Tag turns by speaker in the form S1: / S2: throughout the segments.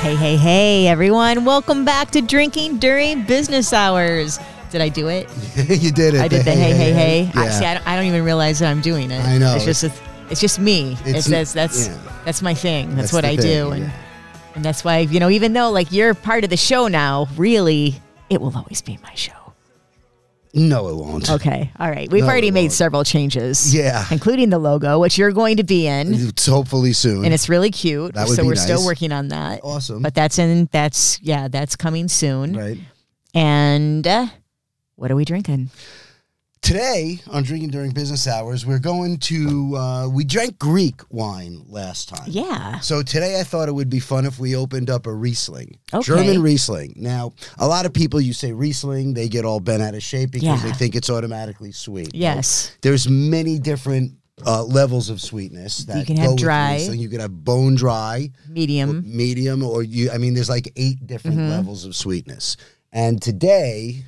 S1: Hey, hey, everyone. Welcome back to Drinking During Business Hours. Did I do it?
S2: you did it.
S1: I did the hey, hey, hey.
S2: Yeah.
S1: I, see, I don't, I don't even realize that I'm doing it.
S2: I know.
S1: It's just, it's, it's just me. It's,
S2: It's-
S1: that's, that's,
S2: yeah.
S1: that's my thing. That's,
S2: That's
S1: what
S2: the
S1: I do.
S2: thing,
S1: And,
S2: yeah.
S1: and that's why, you know, even though like you're part of the show now, really, it will always be my show.
S2: no, it won't.
S1: Okay. All right. We've
S2: No,
S1: already
S2: it
S1: made
S2: won't.
S1: several changes.
S2: Yeah.
S1: Including the logo, which you're going to be in.
S2: It's hopefully soon.
S1: And it's really cute.
S2: That would
S1: so
S2: be
S1: we're still
S2: nice.
S1: working on that.
S2: awesome.
S1: But that's in that's yeah, that's coming soon.
S2: right.
S1: And uh, what are we drinking?
S2: Today on Drinking During Business Hours, we're going to, uh, we drank Greek wine last time.
S1: Yeah.
S2: So today I thought it would be fun if we opened up a Riesling,
S1: Okay.
S2: German Riesling. Now, a lot of people, you say Riesling, they get all bent out of shape because
S1: Yeah.
S2: they think it's automatically sweet.
S1: Yes.
S2: there's many different uh, levels of sweetness that
S1: You can
S2: go
S1: have
S2: with
S1: dry.
S2: Riesling. You could have bone dry,
S1: Medium.
S2: medium, or you. I mean, there's like eight different
S1: Mm-hmm.
S2: levels of sweetness. And today,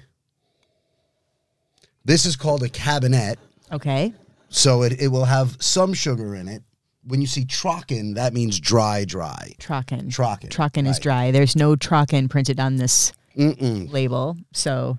S2: this is called a cabinet,
S1: Okay.
S2: so it, it will have some sugar in it. When you see trocken, that means dry, dry.
S1: Trocken.
S2: Trocken.
S1: Trocken is
S2: right.
S1: dry. There's no Trocken printed on this
S2: Mm-mm.
S1: label. So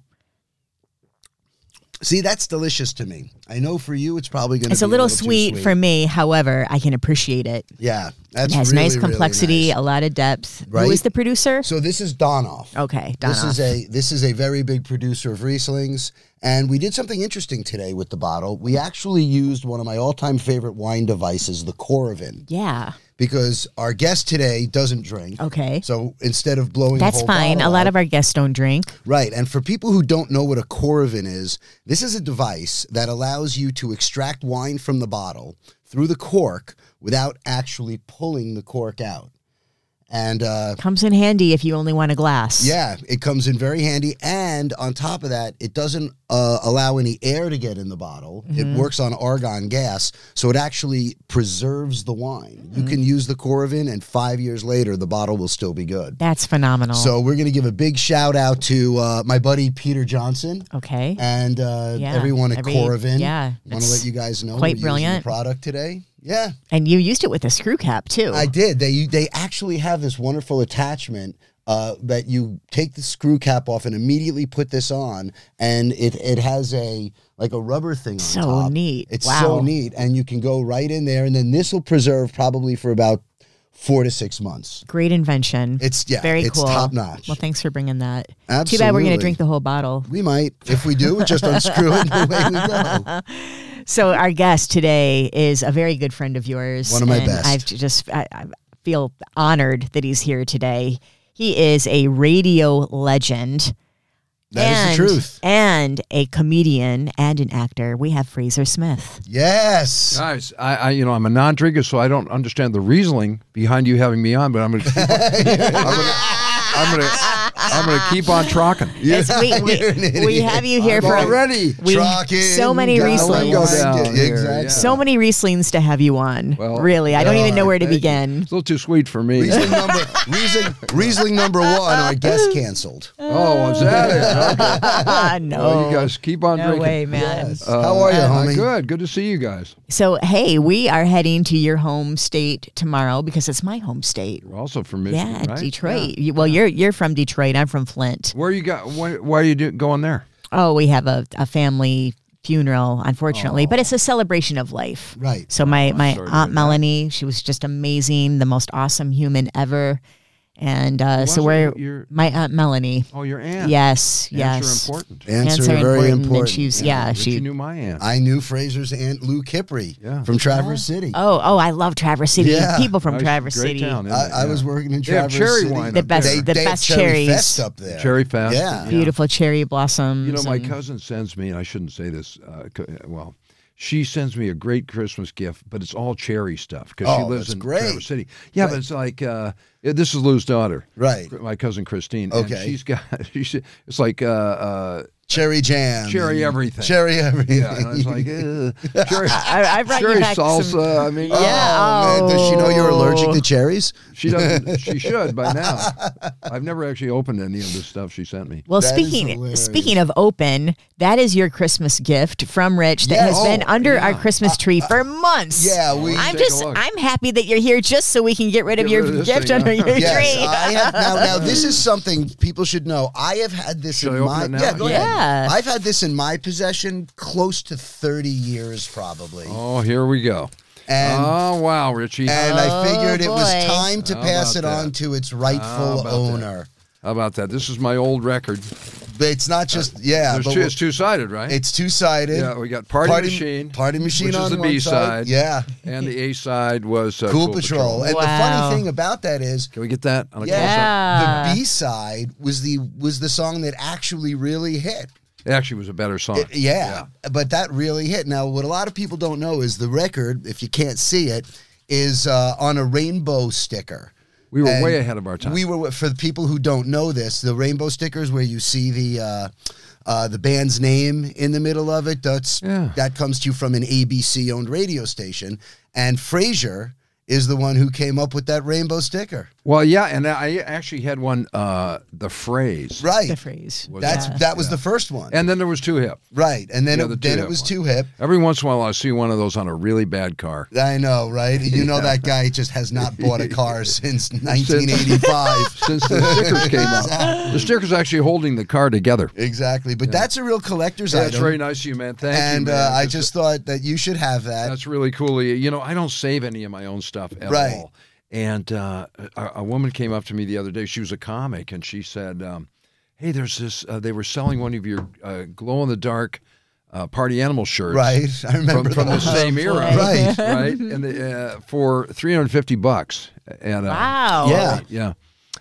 S2: See, that's delicious to me. I know for you, it's probably going to.
S1: it's a little, sweet, for me. Howeer, I can appreciate it.
S2: Yeah, that's
S1: It has
S2: really,
S1: nice
S2: really
S1: complexity,
S2: nice.
S1: a lot of depth. Who is
S2: Right?
S1: the producer?
S2: So this is Donoff.
S1: Okay,
S2: This
S1: Donoff.
S2: is a this is a very big producer of Rieslings, and we did something interesting today with the bottle. We actually used one of my all-time favorite wine devices, the Coravin,
S1: yeah.
S2: because our guest today doesn't drink.
S1: Okay.
S2: So instead of blowing, the
S1: That's
S2: whole
S1: fine. A
S2: bottle
S1: lot
S2: out-
S1: of our guests don't drink.
S2: right. And for people who don't know what a Coravin is, this is a device that allows you to extract wine from the bottle through the cork without actually pulling the cork out. And uh,
S1: Comes in handy if you only want a glass.
S2: Yeah, it comes in very handy. And on top of that, it doesn't uh, allow any air to get in the bottle.
S1: Mm-hmm.
S2: It works on argon gas, so it actually preserves the wine.
S1: Mm-hmm.
S2: You can use the Coravin, and five years later, the bottle will still be good.
S1: That's phenomenal.
S2: So we're going to give a big shout out to uh, my buddy Peter Johnson.
S1: okay.
S2: And uh,
S1: Yeah,
S2: everyone at
S1: every-
S2: Coravin,
S1: yeah,
S2: want
S1: it's
S2: to let you guys know
S1: quite
S2: we're using the
S1: brilliant.
S2: product today. Yeah,
S1: And you used it with a screw cap too.
S3: Oh.
S2: I did. They they actually have this wonderful attachment uh, that you take the screw cap off and immediately put this on, and it it has a like a rubber thing on
S1: So
S2: top.
S1: neat.
S2: It's
S1: Wow.
S2: so neat, and you can go right in there, and then this will preserve probably for about four to six months.
S1: Great invention.
S2: It's yeah,
S1: very
S2: it's
S1: cool.
S2: top notch.
S1: Well, thanks for bringing that. Too bad we're going to
S2: Absolutely.
S1: drink the whole bottle.
S2: we might, if we do, just unscrew it and away we go.
S1: So our guest today is a very good friend of yours.
S2: One of my
S1: and
S2: best.
S1: I've j- just I, I feel honored that he's here today. He is a radio legend.
S2: That is
S1: and,
S2: the truth.
S1: And a comedian and an actor. We have Fraser Smith.
S2: Yes.
S3: Guys, I, I you know I'm a non-drinker, so I don't understand the Riesling behind you having me on, but I'm gonna keep on, I'm gonna I'm gonna, I'm gonna keep on trucking.
S1: It's- we,
S2: You're an
S1: we,
S2: idiot.
S1: we have you here
S3: I'm
S1: for
S3: already
S1: we-
S2: Trocking,
S1: so many
S2: got
S1: Rieslings.
S2: one
S1: Go
S3: down here,
S2: Exactly.
S3: yeah.
S1: So many Rieslings to have you on.
S3: Well,
S1: really, I don't even know where to
S3: Thank you.
S1: begin.
S3: It's a little too sweet for me.
S2: Riesling number Riesling, Riesling number one. Our guest canceled.
S3: Oh, is that it? Okay.
S1: Ah, no,
S3: Well, you guys keep on
S1: no
S3: drinking.
S1: way, man.
S2: Yes. Oh. How are you,
S3: Uh,
S2: homie?
S3: Good. Good to see you guys.
S1: So, hey, we are heading to your home state tomorrow because it's my home state.
S3: You're also from Michigan,
S1: Yeah,
S3: right?
S1: Detroit. You- Well, you're you're from Detroit. I'm from Flint.
S3: Where you got? Why, why are you do, going there?
S1: Oh, we have a, a family funeral, unfortunately, but it's a celebration of life.
S2: Right.
S1: So my my
S3: sorry to
S1: aunt Melanie, she was just amazing, the most awesome human ever. And uh, so
S3: wasn't
S1: we're
S3: your-
S1: my aunt Melanie.
S3: Oh, your aunt.
S1: Yes,
S3: Ants
S1: yes.
S3: are important.
S2: Ants
S1: Ants
S2: are
S1: are
S2: very
S1: important,
S2: important.
S1: and she's yeah,
S3: But
S1: she
S3: you knew my aunt.
S2: I knew Fraser's aunt Lou Kipri
S3: Yeah.
S2: from Traverse City.
S1: Oh, oh, I love Traverse City.
S2: Yeah.
S1: People from
S3: Nice,
S1: Traverse
S3: great
S1: City.
S3: town, isn't
S2: I,
S3: it?
S2: I
S3: Yeah.
S2: was working in
S3: They have
S2: Traverse
S3: cherry
S2: City.
S3: wine
S1: The
S3: up
S1: best-
S3: there.
S2: They,
S1: the
S2: they have
S1: best
S2: cherry
S1: cherries.
S2: fest up there.
S3: Cherry fest.
S2: Yeah.
S1: Beautiful cherry blossoms.
S3: You know, my
S1: and-
S3: cousin sends me, and I shouldn't say this, uh, co- well, she sends me a great Christmas gift, but it's all cherry stuff because
S2: Oh,
S3: she lives
S2: that's
S3: in
S2: great.
S3: Traverse City. Yeah, but it's like, uh, yeah, this is Lou's daughter.
S2: Right.
S3: My cousin Christine. and
S2: Okay.
S3: she's got, she, it's like uh, uh,
S2: cherry jam, and
S3: Cherry everything.
S2: cherry everything.
S3: Yeah, and I was like, "Ugh." cherry,
S1: I, I brought
S3: cherry
S1: you back
S3: salsa.
S1: some.
S3: I mean, uh,
S1: Yeah.
S2: Oh, man, does she know you're allergic
S1: Oh.
S2: to cherries?
S3: she doesn't. She should by now. I've never actually opened any of this stuff she sent me.
S1: Well,
S2: That is
S1: speaking
S2: hilarious.
S1: speaking of open, that is your Christmas gift from Rich that
S2: Yes.
S1: has been
S2: Oh,
S1: under our Christmas tree for months.
S2: Yeah, we.
S1: I'm
S3: Take a
S1: just
S3: look.
S1: I'm happy that you're here just so we can get rid of
S3: Get
S1: your
S3: rid of this
S1: gift
S3: thing,
S1: under
S3: huh?
S1: your
S2: Yes,
S1: tree.
S2: I have now. Now this is something people should know. I have had this
S3: Should I
S2: in
S3: open
S2: my
S3: it now?
S2: yeah. Go ahead.
S1: Yeah.
S2: I've had this in my possession close to thirty years, probably.
S3: Oh, here we go.
S2: And
S3: oh wow, Richie.
S2: and I figured it was
S1: Oh, boy.
S2: time to
S3: How
S2: pass it
S3: about
S2: on
S3: that?
S2: to its
S3: How
S2: rightful
S3: about
S2: owner.
S3: How about that? This is my old record.
S2: But It's not just yeah,
S3: Uh, There's
S2: Uh, but
S3: two,
S2: we're-
S3: it's two sided, right?
S2: it's two sided.
S3: yeah, we got Party, Machine.
S2: Party machine
S3: which
S2: on
S3: is the
S2: one
S3: B
S2: side.
S3: side.
S2: Yeah,
S3: and the A side was uh,
S2: Cool, Patrol. And the
S1: Wow.
S2: funny thing about that is
S3: Can we get that? on a close-up?
S1: Yeah.
S2: the B side was the was the song that actually really hit.
S3: It actually was a better song.
S2: It- yeah, but that really hit. Now, what a lot of people don't know is the record, if you can't see it, is uh, on a rainbow sticker.
S3: We were
S2: And
S3: way ahead of our time.
S2: We were for the people who don't know this, the rainbow stickers where you see the uh, uh, the band's name in the middle of it. That's
S3: Yeah.
S2: that comes to you from an ABC owned radio station, and Frasier is the one who came up with that rainbow sticker.
S3: Well, yeah, and I actually had one. Uh, the phrase.
S2: Right.
S1: The phrase.
S3: Was
S2: That's
S1: Yeah.
S2: that was the first one.
S3: And then there was two hip.
S2: right, and then
S3: Yeah,
S2: it,
S3: the
S2: then
S3: two-hip
S2: it was
S3: one.
S2: too hip.
S3: Every once in a while, I see one of those on a really bad car.
S2: I know, right? You know that guy just has not bought a car since 1985.
S3: Since the stickers came out, the stickers actually holding the car together.
S2: exactly, but that's a real collector's
S3: That's
S2: item.
S3: very nice of you, man. Thank
S2: and
S3: you.
S2: uh,
S3: man.
S2: I
S3: This-
S2: just thought that you should have that.
S3: that's really cool. of You You know, I don't save any of my own stuff at
S2: Right.
S3: all. And uh, a, a woman came up to me the other day. She was a comic, and she said, um, "Hey, there's this. Uh, they were selling one of your uh, glow in the dark uh, party animal shirts,
S2: right, I
S3: From,
S2: remember
S3: from the
S2: that.
S3: same era,
S2: Right.
S3: Right, and the, uh, for 350 bucks. And uh,
S1: Wow.
S2: Yeah.
S3: yeah.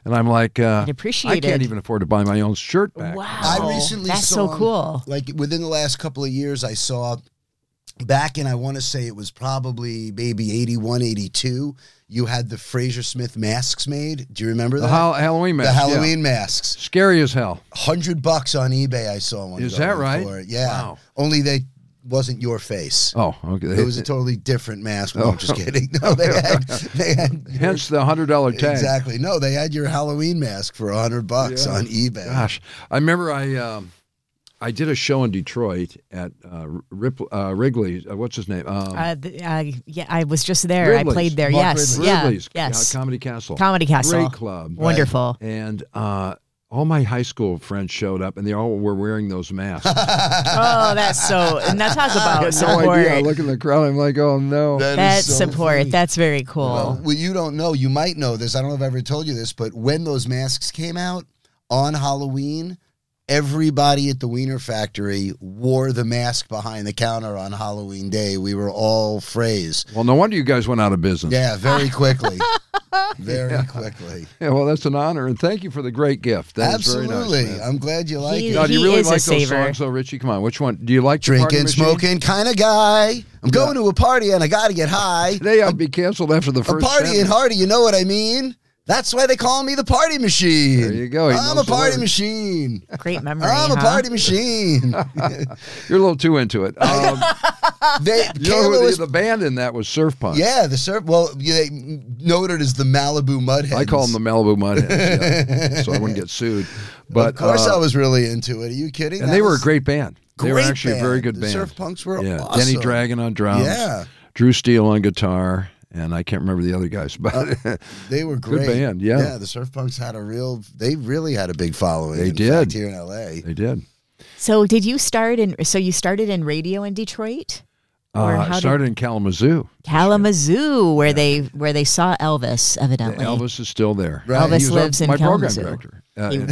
S3: And I'm like, uh,
S1: I'd appreciate
S3: I can't
S1: it.
S3: even afford to buy my own shirt back.
S1: Wow.
S2: I recently
S1: Oh, That's
S2: saw
S1: so cool.
S2: Like within the last couple of years, I saw back in I want to say it was probably maybe 81, 82. You had the Fraser Smith masks made. Do you remember that?
S3: The Hall- Halloween
S2: The
S3: mask. yeah.
S2: Halloween masks.
S3: Scary as hell.
S2: hundred bucks on eBay. I saw one.
S3: Is
S2: going
S3: that right?
S2: For it. Yeah.
S3: Wow.
S2: Only they wasn't your face.
S3: Oh, okay.
S2: It was a totally different mask. No, I'm just kidding. No, they had, they had your-
S3: Hence the hundred dollar tag.
S2: exactly. No, they had your Halloween mask for hundred bucks
S3: Yeah.
S2: on eBay.
S3: Gosh, I remember I um, I did a show in Detroit at uh, Rip, uh, Wrigley. Uh, what's his name? Um,
S1: Uh, th- uh, yeah, I was just there. I
S3: Ridley's.
S1: played there.
S2: Mark
S1: yes.
S2: Ridley.
S1: Yeah.
S3: Wrigley's,
S1: Yes.
S3: uh, Comedy Castle.
S1: Comedy Castle.
S3: Great club.
S1: Wonderful.
S3: And uh, all my high school friends showed up, and they all were wearing those masks.
S1: Oh, that's so. Now talk
S3: I
S1: about
S3: had no
S1: support.
S3: idea. I look in the crowd. I'm like, oh no.
S2: That is
S1: That
S2: so
S1: support.
S2: funny.
S1: That's very cool.
S2: Well, well, you don't know. You might know this. I don't know if I ever told you this, but when those masks came out on Halloween, everybody at the Wiener Factory wore the mask behind the counter on Halloween Day. We were all phrased.
S3: well, no wonder you guys went out of business.
S2: Yeah, very quickly. very quickly.
S3: Yeah, well, that's an honor, and thank you for the great gift. That's very nice,
S2: Absolutely.
S3: man.
S2: I'm glad you like
S1: He-
S2: it.
S3: God, do you
S1: He
S3: really
S1: is a
S3: like those
S1: saver.
S3: songs, though, Richie? Come on, which one? Do you like your Party
S2: Drinking,
S3: Machine?
S2: smoking kind of guy. I'm going to a party and I got to get high.
S3: Today I'd be canceled after the
S2: I'm
S3: first.
S2: partying
S3: sentence.
S2: hardy, you know what I mean? That's why they call me the party machine.
S3: There you go. He
S2: I'm a
S3: knows the
S2: party
S3: lyrics.
S2: machine.
S1: Great memory.
S2: I'm a
S1: huh?
S2: party machine.
S3: You're a little too into it. Um,
S2: they,
S3: you know
S2: Kayla
S3: who
S2: was-
S3: the, the band in that was Surf Punk.
S2: yeah, the surf. Well, yeah, they noted as the Malibu Mudheads.
S3: I call them the Malibu Mudheads, yeah, so I wouldn't get sued. But
S2: of course,
S3: uh,
S2: I was really into it. Are you kidding?
S3: and
S2: That
S3: they were a
S2: was
S3: great band. they were
S2: great
S3: actually a very
S2: band.
S3: good
S2: The
S3: band.
S2: Surf punks were
S3: yeah,
S2: awesome.
S3: Denny Dragon on drums.
S2: Yeah.
S3: Drew Steele on guitar, and I can't remember the other guys, but
S2: Uh, They were great.
S3: band, yeah.
S2: yeah. The Surf Punks had a real. They really had a big following.
S3: They
S2: in fact,
S3: did.
S2: here in L.A.
S3: they did.
S1: So did you start in? So you started in radio in Detroit, Or
S3: Uh,
S1: how did-
S3: started in Kalamazoo.
S1: Kalamazoo, where they where they saw Elvis. Evidently,
S3: Elvis is still there.
S2: Right.
S3: He was
S1: Elvis lives
S3: our-
S1: in
S3: my
S1: Kalamazoo.
S3: program director. Uh,
S1: He-
S3: in-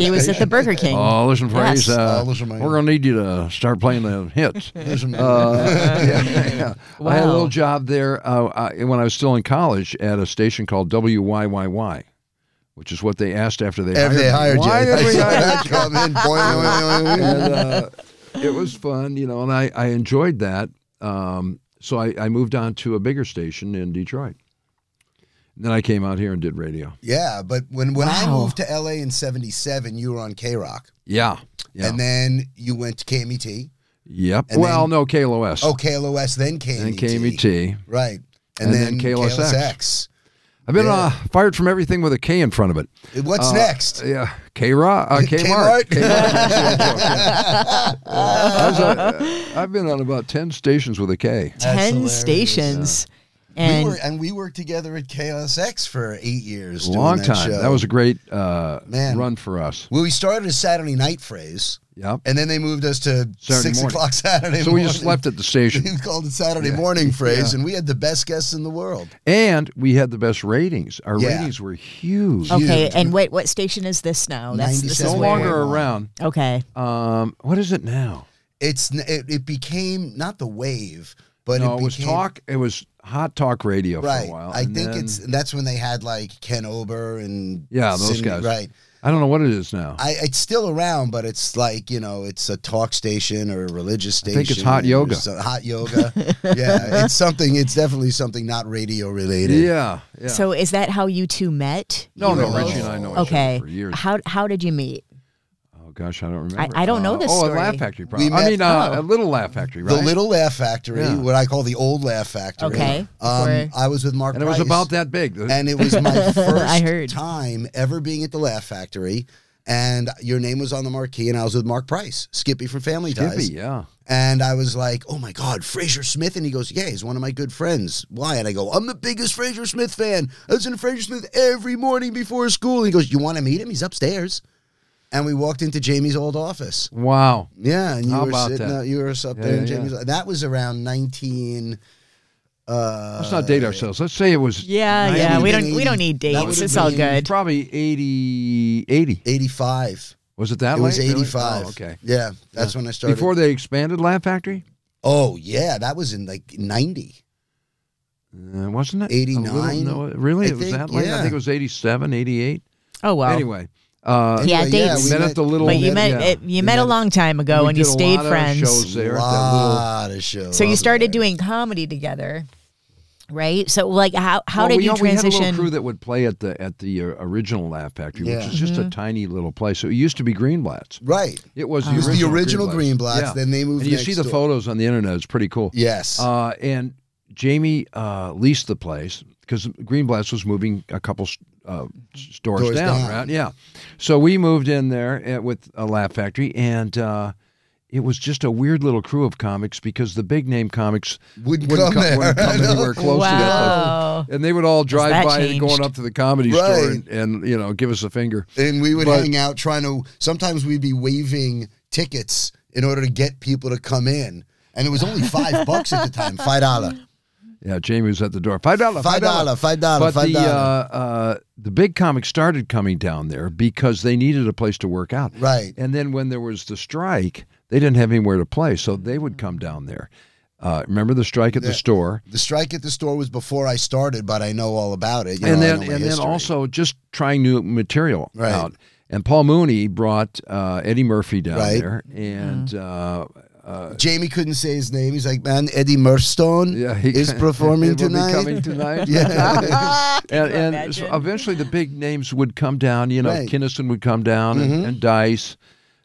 S1: he was at the Burger King.
S3: Oh, listen, Fraze.
S1: Yes.
S3: Uh,
S2: Oh, listen, man.
S3: we're gonna need you to start playing the hits. Uh, yeah, yeah. I had a
S1: Wow.
S3: little job there uh, I, when I was still in college at a station called WYYY, which is what they asked after they
S2: After
S3: hired
S2: they hired
S3: me. Why
S2: you,
S3: did we hire you?
S2: come in. boing, boing, boing, boing.
S3: And, uh, it was fun, you know, and I, I enjoyed that. Um, so I, I moved on to a bigger station in Detroit. then I came out here and did radio.
S2: Yeah, but when when I
S1: Wow.
S2: moved to LA in '77, you were on K Rock,
S3: Yeah. Yeah.
S2: and then you went to KMET.
S3: yep.
S2: and
S3: well,
S2: then-
S3: no, KLOS.
S2: Oh, KLOS, then KMET,
S3: And KMET.
S2: right?
S3: E And then KLSX. I've been
S2: Yeah.
S3: uh, fired from everything with a K in front of it.
S2: What's
S3: Uh,
S2: next?
S3: Yeah, K Rock, uh, Kmart.
S2: Kmart?
S3: Kmart. I was, uh, I've been on about ten stations with a K.
S4: That's
S1: Ten
S4: hilarious.
S1: stations.
S2: we
S1: And
S2: were, and we worked together at KLSX for eight years. doing
S3: Long
S2: that
S3: time.
S2: show.
S3: That was a great uh,
S2: Man.
S3: run for us.
S2: well. We started a Saturday night phrase,
S3: Yep.
S2: and then they moved us to
S3: Saturday
S2: six
S3: morning.
S2: o'clock Saturday.
S3: So we just
S2: morning.
S3: left at the station,
S2: We called it Saturday morning phrase, and we had the best guests in the world.
S3: and we had the best ratings. Our
S2: Yeah.
S3: ratings were huge.
S2: Oh,
S1: okay,
S2: huge.
S1: and wait, what station is this now? That's this is
S2: 97.
S3: no
S1: where-
S3: longer around.
S1: Okay.
S3: Um, what is it now?
S2: It's n- it, it became not the wave, but
S3: no,
S2: it,
S3: it, was
S2: became-
S3: talk. It was hot talk radio
S2: Right.
S3: for a while.
S2: I
S3: and
S2: think
S3: then-
S2: it's that's when they had like Ken Ober and
S3: Yeah, those
S2: Cindy-
S3: guys.
S2: Right.
S3: I don't know what it is now.
S2: I it's still around, but it's like you know, it's a talk station or a religious station.
S3: think it's hot
S2: or
S3: yoga.
S2: so- hot yoga. yeah, it's something. It's definitely something not radio related.
S3: yeah, yeah.
S1: So is that how you two met?
S3: no,
S1: You
S3: no,
S1: were
S3: Richie
S1: both-
S3: and I know each other
S1: Okay.
S3: for years.
S1: How how did you meet?
S3: Oh gosh, I don't remember.
S1: I don't know
S3: Uh,
S1: this
S3: Oh,
S1: story.
S3: a Laugh Factory. Probably. I
S2: met-
S3: mean, uh,
S1: Oh.
S3: a little Laugh Factory,
S2: The
S3: right?
S2: Little Laugh Factory,
S3: Yeah.
S2: what I call the old Laugh Factory.
S1: Okay.
S2: Um,
S1: Before-
S2: I was with Mark,
S3: and it was
S2: Price,
S3: about that big. The-
S2: and it was my first
S1: I heard.
S2: time ever being at the Laugh Factory. And your name was on the marquee, and I was with Mark Price, Skippy from Family
S3: Skippy,
S2: Ties.
S3: yeah.
S2: And I was like, oh my God, Fraser Smith. And he goes, yeah, he's one of my good friends. Why? And I go, I'm the biggest Fraser Smith fan. I listen to Fraser Smith every morning before school. And he goes, you want to meet him? He's upstairs. And we walked into Jamie's old office.
S3: Wow.
S2: Yeah, and you
S3: How
S2: were
S3: about
S2: sitting,
S3: that?
S2: out- you were up
S3: Yeah,
S2: there in
S3: yeah,
S2: Jamie's. That was around 19. Uh,
S3: Let's not date ourselves. Let's say it was
S1: Yeah,
S3: Ninety-
S1: yeah. We don't we don't need
S2: That
S1: dates.
S2: would've
S1: It's all
S2: been-
S1: good.
S3: probably 80, 80.
S2: 85.
S3: Was it that
S2: It was
S3: late, really?
S2: 85.
S3: Oh, okay.
S2: Yeah, that's when I started.
S3: Before they expanded Laugh Factory,
S2: oh, yeah, that was in like 90.
S3: uh, wasn't it? A little-
S2: 89?
S3: No, really?
S2: I
S3: it was
S2: think,
S3: that late?
S2: yeah.
S3: I think it was 87, 88.
S1: Oh well.
S3: Anyway. Uh,
S1: Yeah,
S2: Anyway,
S1: dates.
S2: we
S3: Met at the Little-
S1: but you
S3: yeah,
S1: met
S3: yeah.
S1: it, you met a
S2: met-
S1: long time ago
S3: we
S1: and you
S3: did a
S1: stayed
S3: lot of
S1: friends.
S3: shows there at that little-
S2: lot of shows.
S1: So you started
S2: there.
S1: doing comedy together, right? So like how how
S3: Well,
S1: did
S3: we,
S1: you
S3: al- We had a
S1: transition?
S3: little crew that would play at the at the uh, original Laugh Factory,
S2: Yeah.
S3: which is just
S1: Mm-hmm.
S3: a tiny little place. So it used to be Greenblatt's.
S2: right.
S3: It was the,
S2: It was the original
S3: original
S2: Greenblatt's,
S3: Yeah.
S2: then they moved.
S3: And you
S2: next
S3: see the
S2: door.
S3: photos on the internet. It's pretty cool.
S2: Yes.
S3: Uh, and Jamie uh, leased the place because Greenblatt's was moving a couple uh, stores
S2: Doors
S3: down,
S2: down.
S3: right? Yeah. So we moved in there at, with a Laugh Factory, and uh, it was just a weird little crew of comics because the big name comics
S2: Wouldn't
S3: wouldn't
S2: come
S3: co-
S2: there.
S3: wouldn't come
S2: I know.
S3: anywhere close to that. place.
S1: wow.
S3: And they would all drive
S1: that
S3: by
S1: changed?
S3: going up to the comedy
S2: Right.
S3: store and, and you know give us a finger.
S2: and we would
S3: but-
S2: hang out trying to. Sometimes we'd be waving tickets in order to get people to come in, and it was only five bucks at the time. Five dollar.
S3: Yeah, Jamie was at the door. Five dollar.
S2: Five dollar. Five dollar.
S3: But
S2: Five
S3: the uh,
S2: dollar.
S3: uh, the big comics started coming down there because they needed a place to work out.
S2: Right.
S3: And then when there was the strike, they didn't have anywhere to play, so they would come down there. Uh, remember the strike at the store,
S2: The strike at the store was before I started, but I know all about it. You
S3: and
S2: know, I
S3: then
S2: know
S3: and
S2: my
S3: then
S2: history.
S3: also just trying new material
S2: Right.
S3: out. And Paul Mooney brought uh, Eddie Murphy down
S2: Right.
S3: there, and uh,
S2: Jamie couldn't say his name. He's like, man, Eddie Murstone
S3: Yeah, he
S2: is
S3: he
S2: performing
S3: will be
S2: tonight.
S3: coming tonight.
S2: Yeah.
S3: and and so eventually the big names would come down. You know,
S2: Right. Mm-hmm.
S3: Kinnison would come down and, and Dice,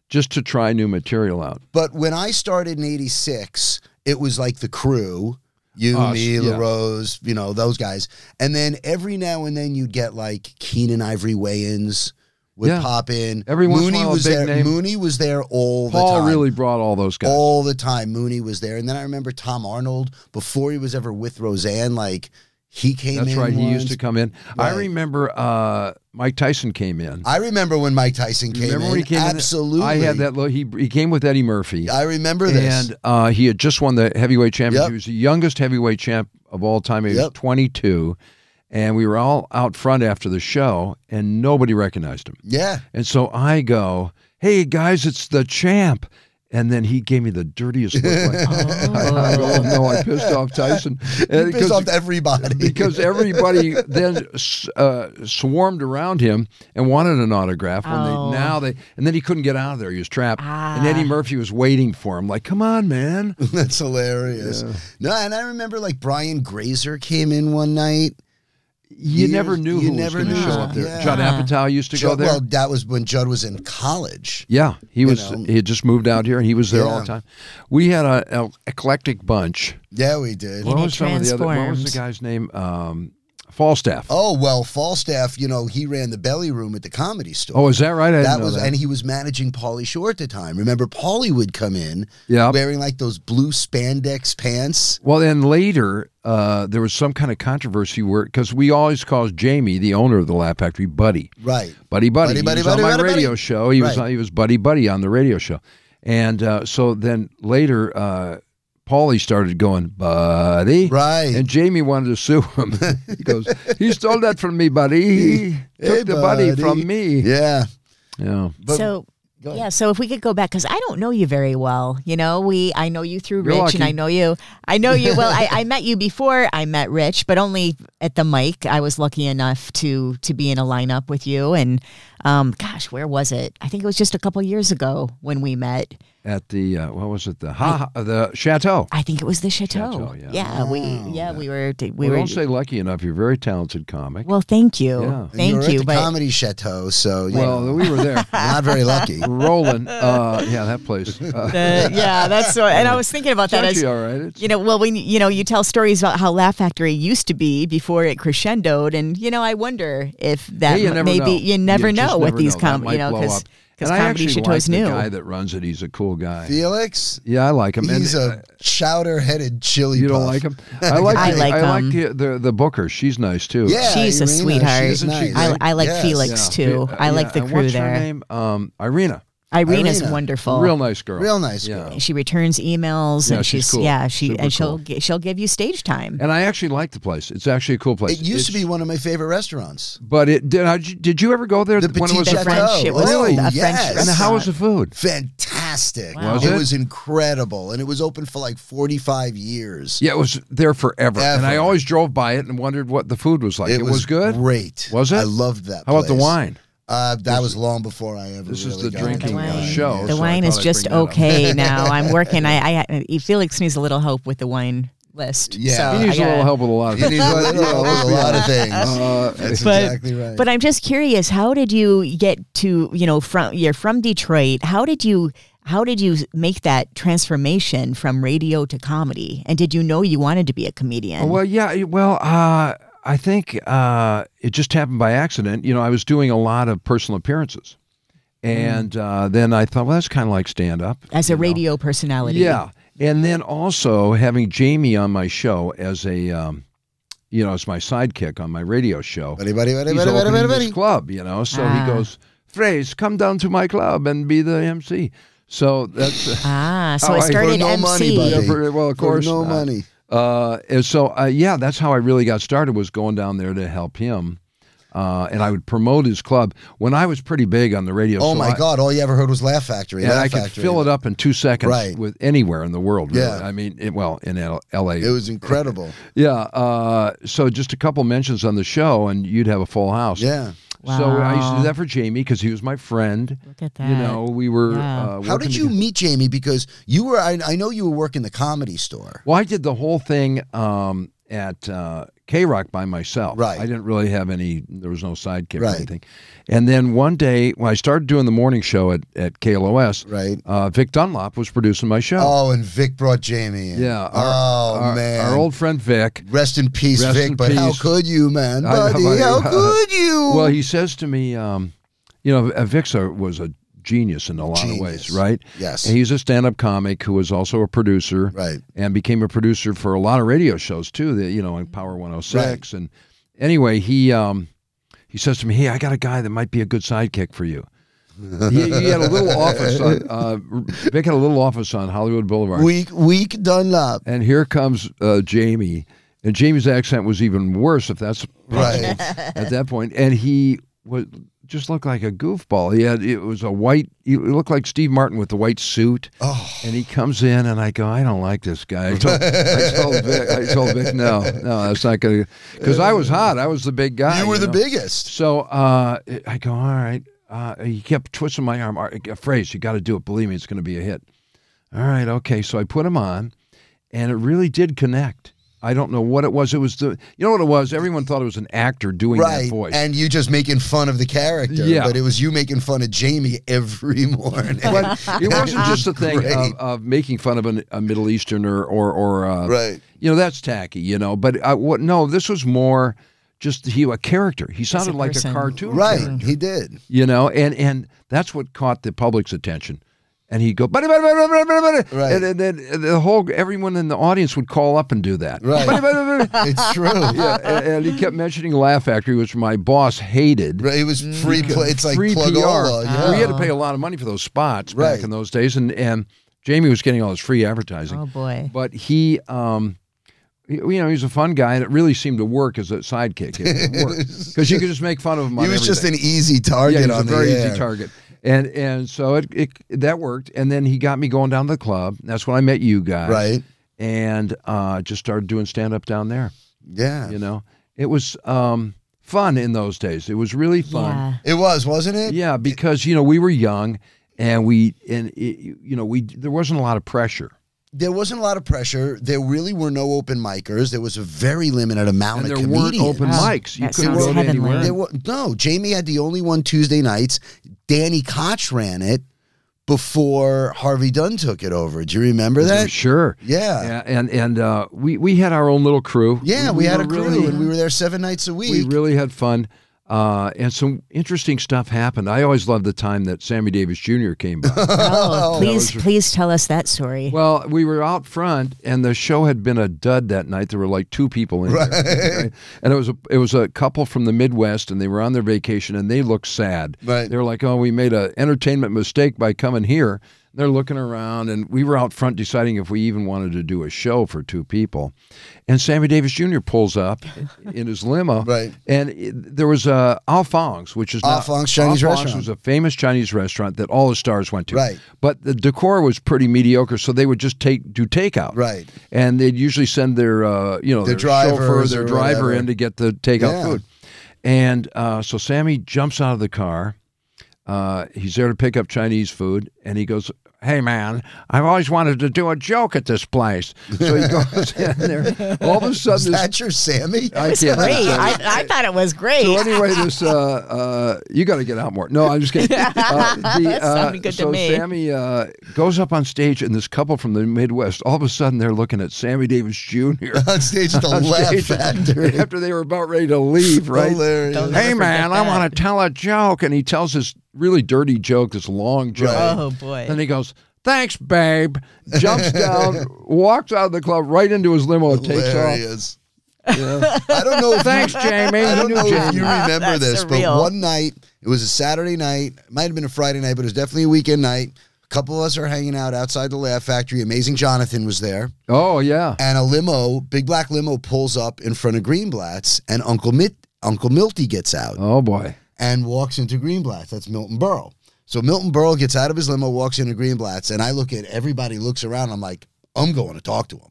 S3: just to try new material out.
S2: But when I started in '86, it was like the crew, you,
S3: Us,
S2: me,
S3: yeah.
S2: LaRose, you know, those guys. And then every now and then you'd get like Keenan Ivory Wayans would
S3: Yeah.
S2: pop in.
S3: Every once in a
S2: Mooney
S3: while, a
S2: was
S3: big
S2: there.
S3: name.
S2: Mooney was there all the
S3: Paul
S2: time.
S3: really brought all those guys.
S2: all the time. Mooney was there. And then I remember Tom Arnold before he was ever with Roseanne, like he came
S3: That's
S2: in.
S3: right. He
S2: once.
S3: used to come in. I
S2: Right.
S3: remember uh, Mike Tyson came in.
S2: I remember when Mike Tyson came
S3: remember
S2: in.
S3: when he came in?
S2: Absolutely.
S3: I had that. Low, he he came with Eddie Murphy,
S2: I remember this.
S3: and uh, he had just won the heavyweight championship.
S2: Yep.
S3: He was the youngest heavyweight champ of all time. He was
S2: Yep.
S3: 22, and we were all out front after the show, and nobody recognized him.
S2: yeah.
S3: And so I go, "Hey guys, it's the champ." And then he gave me the dirtiest look. Like, I go, "Oh, no, I pissed off Tyson.
S2: He pissed
S3: And because-
S2: off everybody.
S3: because everybody then s- uh, swarmed around him and wanted an autograph. When
S1: Oh.
S3: they now they and then he couldn't get out of there. He was trapped. And
S1: Ah.
S3: Eddie Murphy was waiting for him. Like, come on, man.
S2: That's hilarious. No, and I remember like Brian Grazer came in one night.
S3: You never
S2: years-
S3: knew
S2: you
S3: who
S2: never
S3: was going to
S2: knew.
S3: show up there.
S2: Yeah.
S3: Judd Apatow used to go
S2: Judd-
S3: there.
S2: Well, that was when Judd was in college.
S3: Yeah, he was.
S2: know.
S3: He had just moved out here, and he was there all the
S2: Yeah.
S3: time. We had a, a eclectic bunch.
S2: Yeah, we did.
S1: And it
S3: some of the other? What was
S1: transformed.
S3: the guy's name? Um, Falstaff. Oh,
S2: Oh well, Falstaff. You know, he ran the belly room at the comedy store.
S3: is that right? Oh, I didn't
S2: that
S3: know
S2: was,
S3: that.
S2: and he was managing Paulie Shore at the time. Remember, Paulie would come in
S3: Yep.
S2: wearing like those blue spandex pants.
S3: well, then later uh, there was some kind of controversy where because we always called Jamie, the owner of the Lap Factory, Buddy.
S2: Right.
S3: Buddy Buddy.
S2: Buddy,
S3: he
S2: Buddy,
S3: was
S2: Buddy,
S3: on my
S2: Buddy,
S3: radio
S2: Buddy.
S3: show. He was
S2: Right.
S3: on, he was Buddy Buddy on the radio show, and uh, so then later, uh, Paulie started going Buddy,
S2: Right.
S3: and Jamie wanted to sue him. he goes, "He stole that from me, Buddy. He took
S2: Hey,
S3: the Buddy
S2: buddy."
S3: from me."
S2: Yeah.
S3: Yeah.
S2: But
S1: so
S2: Go ahead.
S1: yeah, so if we could go back, because I don't know you very well. You know, we I know you through
S3: You're
S1: Rich, and
S3: lucky.
S1: I know you. I know you well. I, I met you before I met Rich, but only at the mic. I was lucky enough to to be in a lineup with you. And um, gosh, where was it? I think it was just a couple years ago when we met.
S3: at the uh, what was it the ha uh, the chateau.
S1: I think it was the chateau.
S3: Chateau, yeah.
S1: we yeah we were we
S3: We
S1: were.
S3: don't say lucky enough. You're a very talented comic.
S1: well, thank you,
S3: Yeah.
S2: and
S3: And
S2: you
S1: thank
S2: were
S1: you.
S2: at the
S1: but
S2: comedy chateau, so you
S3: Well,
S2: know,
S3: we were there.
S2: not very lucky.
S3: Roland, uh, yeah, that place. Uh,
S1: uh, yeah, that's what, and I was thinking about
S3: it's
S1: that. as-
S3: actually all right. It's,
S1: You know, well, when you know, you tell stories about how Laugh Factory used to be before it crescendoed, and you know, I wonder if that
S3: Hey, you
S1: m-
S3: never
S1: maybe
S3: know.
S1: you never
S3: just
S1: know
S3: never
S1: with these
S3: That
S1: com
S3: might
S1: you know,
S3: blow
S1: because
S3: up. And I
S1: comedy
S3: actually
S1: chateaus
S3: like
S1: new.
S3: The guy that runs it, he's a cool guy.
S2: Felix,
S3: yeah, I like him.
S2: he's
S3: and, uh,
S2: a chowder-headed chili.
S3: you don't
S2: puff.
S3: like him? I like.
S1: I
S3: the,
S1: like
S3: I like
S1: him.
S3: the, the the Booker. She's nice too.
S2: Yeah,
S1: She's a
S2: Irina,
S1: sweetheart.
S2: She's
S3: Isn't she
S2: nice.
S1: I, I like
S2: Yes.
S1: Felix too.
S3: Uh,
S1: I like
S3: yeah,
S1: the
S3: and
S1: crew
S3: what's Her
S1: there.
S3: name? Um, Irina.
S1: Irina's
S2: Irina.
S1: wonderful.
S3: Real nice girl.
S2: Real nice
S3: Yeah.
S2: girl.
S1: She returns emails
S3: Yeah,
S1: and
S3: she's
S1: she's,
S3: cool.
S1: yeah she
S3: Super
S1: and she'll
S3: cool.
S1: gi- she'll give you stage time.
S3: And I actually like the place. It's actually a cool place.
S2: It used to be
S3: It's-
S2: one of my favorite restaurants.
S3: But it did. I, did you ever go there
S2: The
S3: when it
S2: Petit
S3: was
S1: The
S3: a Oh,
S2: Chateau.
S1: French, it was
S2: Really?
S1: a French
S2: Yes.
S3: And how was the
S1: restaurant.
S3: food?
S2: Fantastic.
S1: Wow. Was
S2: it
S3: it?
S2: was incredible. And it was open for like 45 years.
S3: Yeah, it was there forever. And I
S2: Ever.
S3: always drove by it and wondered what the food was like. It, was, good.
S2: Great.
S3: Was it?
S2: I loved that.
S3: How about the
S2: place.
S3: wine?
S2: Uh, that was long before I ever.
S3: This is
S2: really
S3: the
S2: got
S3: drinking,
S2: into
S3: uh,
S2: wine.
S3: show.
S2: Yeah.
S1: The
S3: so I
S1: wine is
S3: thought I'd
S1: just
S3: bring that up.
S1: okay now. I'm working. I, I Felix needs a little help with the wine list.
S2: Uh, Yeah.
S1: so
S3: he needs
S1: I
S3: a little
S1: gotta-
S3: help with a lot of
S2: You
S3: things.
S2: need a lot- you know, there's a lot of things.
S3: Uh,
S2: That's
S1: But-
S2: exactly right.
S1: But I'm just curious, how did you get to, you know, from you're from Detroit. How did you how did you make that transformation from radio to comedy? And did you know you wanted to be a comedian?
S3: Well, yeah. it- Well, uh, I think uh, it just happened by accident. You know, I was doing a lot of personal appearances,
S2: Mm.
S3: and uh, then I thought, well, that's kind of like stand up
S1: As a radio personality.
S3: Yeah, and then also having Jamie on my show as a, um, you know, as my sidekick on my radio show.
S2: buddy, buddy, buddy,
S3: he's
S2: buddy, buddy,
S3: opening
S2: buddy,
S3: this
S2: buddy.
S3: club, you know. So
S1: Ah.
S3: he goes, Phrase, come down to my club and be the MC. So that's uh,
S1: Ah, so
S3: Oh, I-
S1: it
S3: for
S1: started
S2: no money,
S1: MC.
S2: buddy.
S3: yeah, for- well, of
S2: For
S3: course,
S2: no
S3: not.
S2: money.
S3: Uh, and so uh, yeah, that's how I really got started was going down there to help him, uh, and I would promote his club when I was pretty big on the radio.
S2: Oh
S3: so
S2: my
S3: I-
S2: God! All you ever heard was Laugh Factory.
S3: And
S2: Laugh
S3: I could
S2: Factory.
S3: fill it up in two seconds
S2: Right.
S3: with anywhere in the world. Really.
S2: Yeah.
S3: I mean, it, well, in L- L.A.
S2: It was incredible.
S3: Yeah. Uh, so just a couple mentions on the show, and you'd have a full house.
S2: yeah.
S3: So I used to
S1: Wow.
S3: do that for Jamie because he was my friend.
S1: Look at
S3: You
S1: that.
S3: know, we were.
S1: Yeah.
S3: Uh,
S2: How
S3: working
S2: did you
S3: toge-
S2: meet Jamie? Because you were, I, I know you were working the comedy store.
S3: Well, I did the whole thing um, at uh, K Rock by myself.
S2: Right.
S3: I didn't really have any. There was no sidekick
S2: Right.
S3: or anything. And then one day, when I started doing the morning show at at KLOS,
S2: Right.
S3: uh, Vic Dunlop was producing my show.
S2: Oh, and Vic brought Jamie in.
S3: Yeah.
S2: oh
S3: our,
S2: man.
S3: Our old friend Vic.
S2: Rest in peace,
S3: Rest
S2: Vic.
S3: in
S2: but how
S3: peace.
S2: could you, man,
S3: I know,
S2: buddy?
S3: buddy.
S2: How could you?
S3: Well, he says to me, um, you know, uh, Vic's a- was a genius in a lot of
S2: Genius.
S3: ways, right?
S2: yes.
S3: And he's a stand-up comic who was also a producer
S2: right.
S3: and became a producer for a lot of radio shows too. That you know, in Power 106. And anyway, he um, he says to me, "Hey, I got a guy that might be a good sidekick for you." he, he had a little office on uh, Vic had a little office on Hollywood Boulevard,
S2: Weak, weak Dunlop.
S3: and here comes uh, Jamie, and Jamie's accent was even worse if that's
S2: Right.
S3: at that point, and he was just looked like a goofball. He had it was a white. He looked like Steve Martin with the white suit,
S2: Oh,
S3: and he comes in, and I go, I don't like this guy. I told, I told Vic, I told Vic, no, no, that's not gonna, because I was hot. I was the big guy.
S2: you were the
S3: know?
S2: biggest.
S3: So uh, I go, all right. Uh, he kept twisting my arm. All right, A phrase, you got to do it. Believe me, it's going to be a hit. All right, okay. So I put him on, and it really did connect. I don't know what it was. It was the you know what it was. Everyone thought it was an actor doing
S2: Right,
S3: that voice.
S2: and you just making fun of the character,
S3: Yeah.
S2: but it was you making fun of Jamie every morning.
S3: but it wasn't just a thing of,
S2: Great.
S3: of making fun of an, a Middle Easterner or or uh,
S2: Right.
S3: You know that's tacky. You know, but uh, what? No, this was more just he a character. He sounded like
S1: person.
S3: a cartoon. character,
S2: Right, he did.
S3: You know, and and that's what caught the public's attention. And he'd go, buddy, buddy, buddy, buddy, buddy, buddy.
S2: Right.
S3: And, and then the whole everyone in the audience would call up and do that.
S2: Right.
S3: Buddy, buddy, buddy, buddy.
S2: It's true. yeah.
S3: and, and he kept mentioning Laugh Factory, which my boss hated.
S2: Right, it was free play. It's like
S3: Mm-hmm. free
S2: plug
S3: PR.
S2: all.
S3: We had to pay a lot of money for those spots
S2: Right.
S3: back in those days, and and Jamie was getting all this free advertising.
S1: Oh boy.
S3: But he, um, y- you know, he's a fun guy, and it really seemed to work as a sidekick. It worked because you could just make fun of him.
S2: He
S3: on
S2: was just
S3: everything.
S2: an easy
S3: yeah,
S2: target
S3: he was
S2: on
S3: a very
S2: the air.
S3: easy target. And and so it, it that worked, and then he got me going down to the club. That's when I met you guys,
S2: Right.
S3: And uh, just started doing stand up down there.
S2: Yeah.
S3: You know, it was um, fun in those days. It was really fun.
S1: Yeah.
S2: It was, wasn't it?
S3: Yeah, because you know we were young, and we and it, you know we there wasn't a lot of pressure.
S2: There wasn't a lot of pressure. There really were no open micers. There was a very limited amount
S3: And
S2: of
S3: there
S2: comedians.
S3: weren't open
S1: Wow.
S3: mics. You
S1: That
S3: couldn't
S2: sounds
S3: go to
S1: heavenly.
S3: anywhere.
S2: There were, no, Jamie had the only one Tuesday nights. Danny Koch ran it before Harvey Dunn took it over. Do you remember
S3: For
S2: that?
S3: sure.
S2: Yeah.
S3: Yeah, and and uh, we we had our own little crew.
S2: Yeah, we, had
S3: were
S2: a crew
S3: really-
S2: and we were there seven nights a
S3: we
S2: week.
S3: really had fun. Uh, and some interesting stuff happened. I always loved the time that Sammy Davis Jr. came by.
S1: Oh, please,
S3: That was-
S1: please tell us that story.
S3: well, we were out front, and the show had been a dud that night. There were like two people in there, right? and it was a it was a couple from the Midwest, and they were on their vacation, and they looked sad.
S2: Right.
S3: They were like, "Oh, we made a entertainment mistake by coming here." They're looking around, and we were out front deciding if we even wanted to do a show for two people. And Sammy Davis Jr. pulls up in his limo,
S2: Right.
S3: And it, there was uh, Al Fong's, which is now-
S2: Al Fong's Chinese
S3: Al Fong's
S2: restaurant.
S3: was a famous Chinese restaurant that all the stars went to,
S2: Right.
S3: But the decor was pretty mediocre, so they would just take do takeout,
S2: Right.
S3: And they'd usually send their uh, you know
S2: Their
S3: their, chauffeur,
S2: drivers
S3: their
S2: or
S3: driver
S2: whatever.
S3: in to get the takeout
S2: Yeah.
S3: food. And uh, so Sammy jumps out of the car. Uh, he's there to pick up Chinese food, and he goes, "Hey man, I've always wanted to do a joke at this place." So he goes in there. All of a
S2: Is
S3: sudden, this,
S2: that your Sammy?
S3: I can't.
S1: great. I, I thought it was great.
S3: So anyway, this uh, uh, you got to get out more. No, I'm just kidding. Uh,
S1: That sounded good to
S3: so
S1: me.
S3: Sammy uh, goes up on stage, and this couple from the Midwest, all of a sudden, they're looking at Sammy Davis Jr.
S2: on stage at the
S3: on
S2: Laugh
S3: stage
S2: Factory.
S3: after they were about ready to leave, right?
S2: Hilarious.
S1: Don't-
S3: Hey
S1: Never
S3: man,
S1: forget
S3: I want to tell a joke, and he tells this really dirty joke, this long joke.
S2: Right.
S1: oh boy.
S3: Then he goes, "Thanks, babe." Jumps down, walks out of the club, right into his limo, and takes off.
S2: Hilarious. I don't know if you
S3: Thanks, Jamie.
S2: I
S3: You
S2: don't
S3: knew
S2: know if
S3: Jamie.
S2: you remember
S1: That's
S2: this,
S1: surreal.
S2: but one night, it was a Saturday night, it might have been a Friday night, but it was definitely a weekend night. A couple of us are hanging out outside the Laugh Factory. Amazing Jonathan was there.
S3: Oh yeah.
S2: And a limo, big black limo, pulls up in front of Greenblatt's, and Uncle, Mit- Uncle Milty gets out
S3: Oh boy.
S2: and walks into Greenblatt's. That's Milton Berle. So Milton Berle gets out of his limo, walks into Greenblatt's, and I look at everybody, looks around. I'm like, I'm going to talk to him.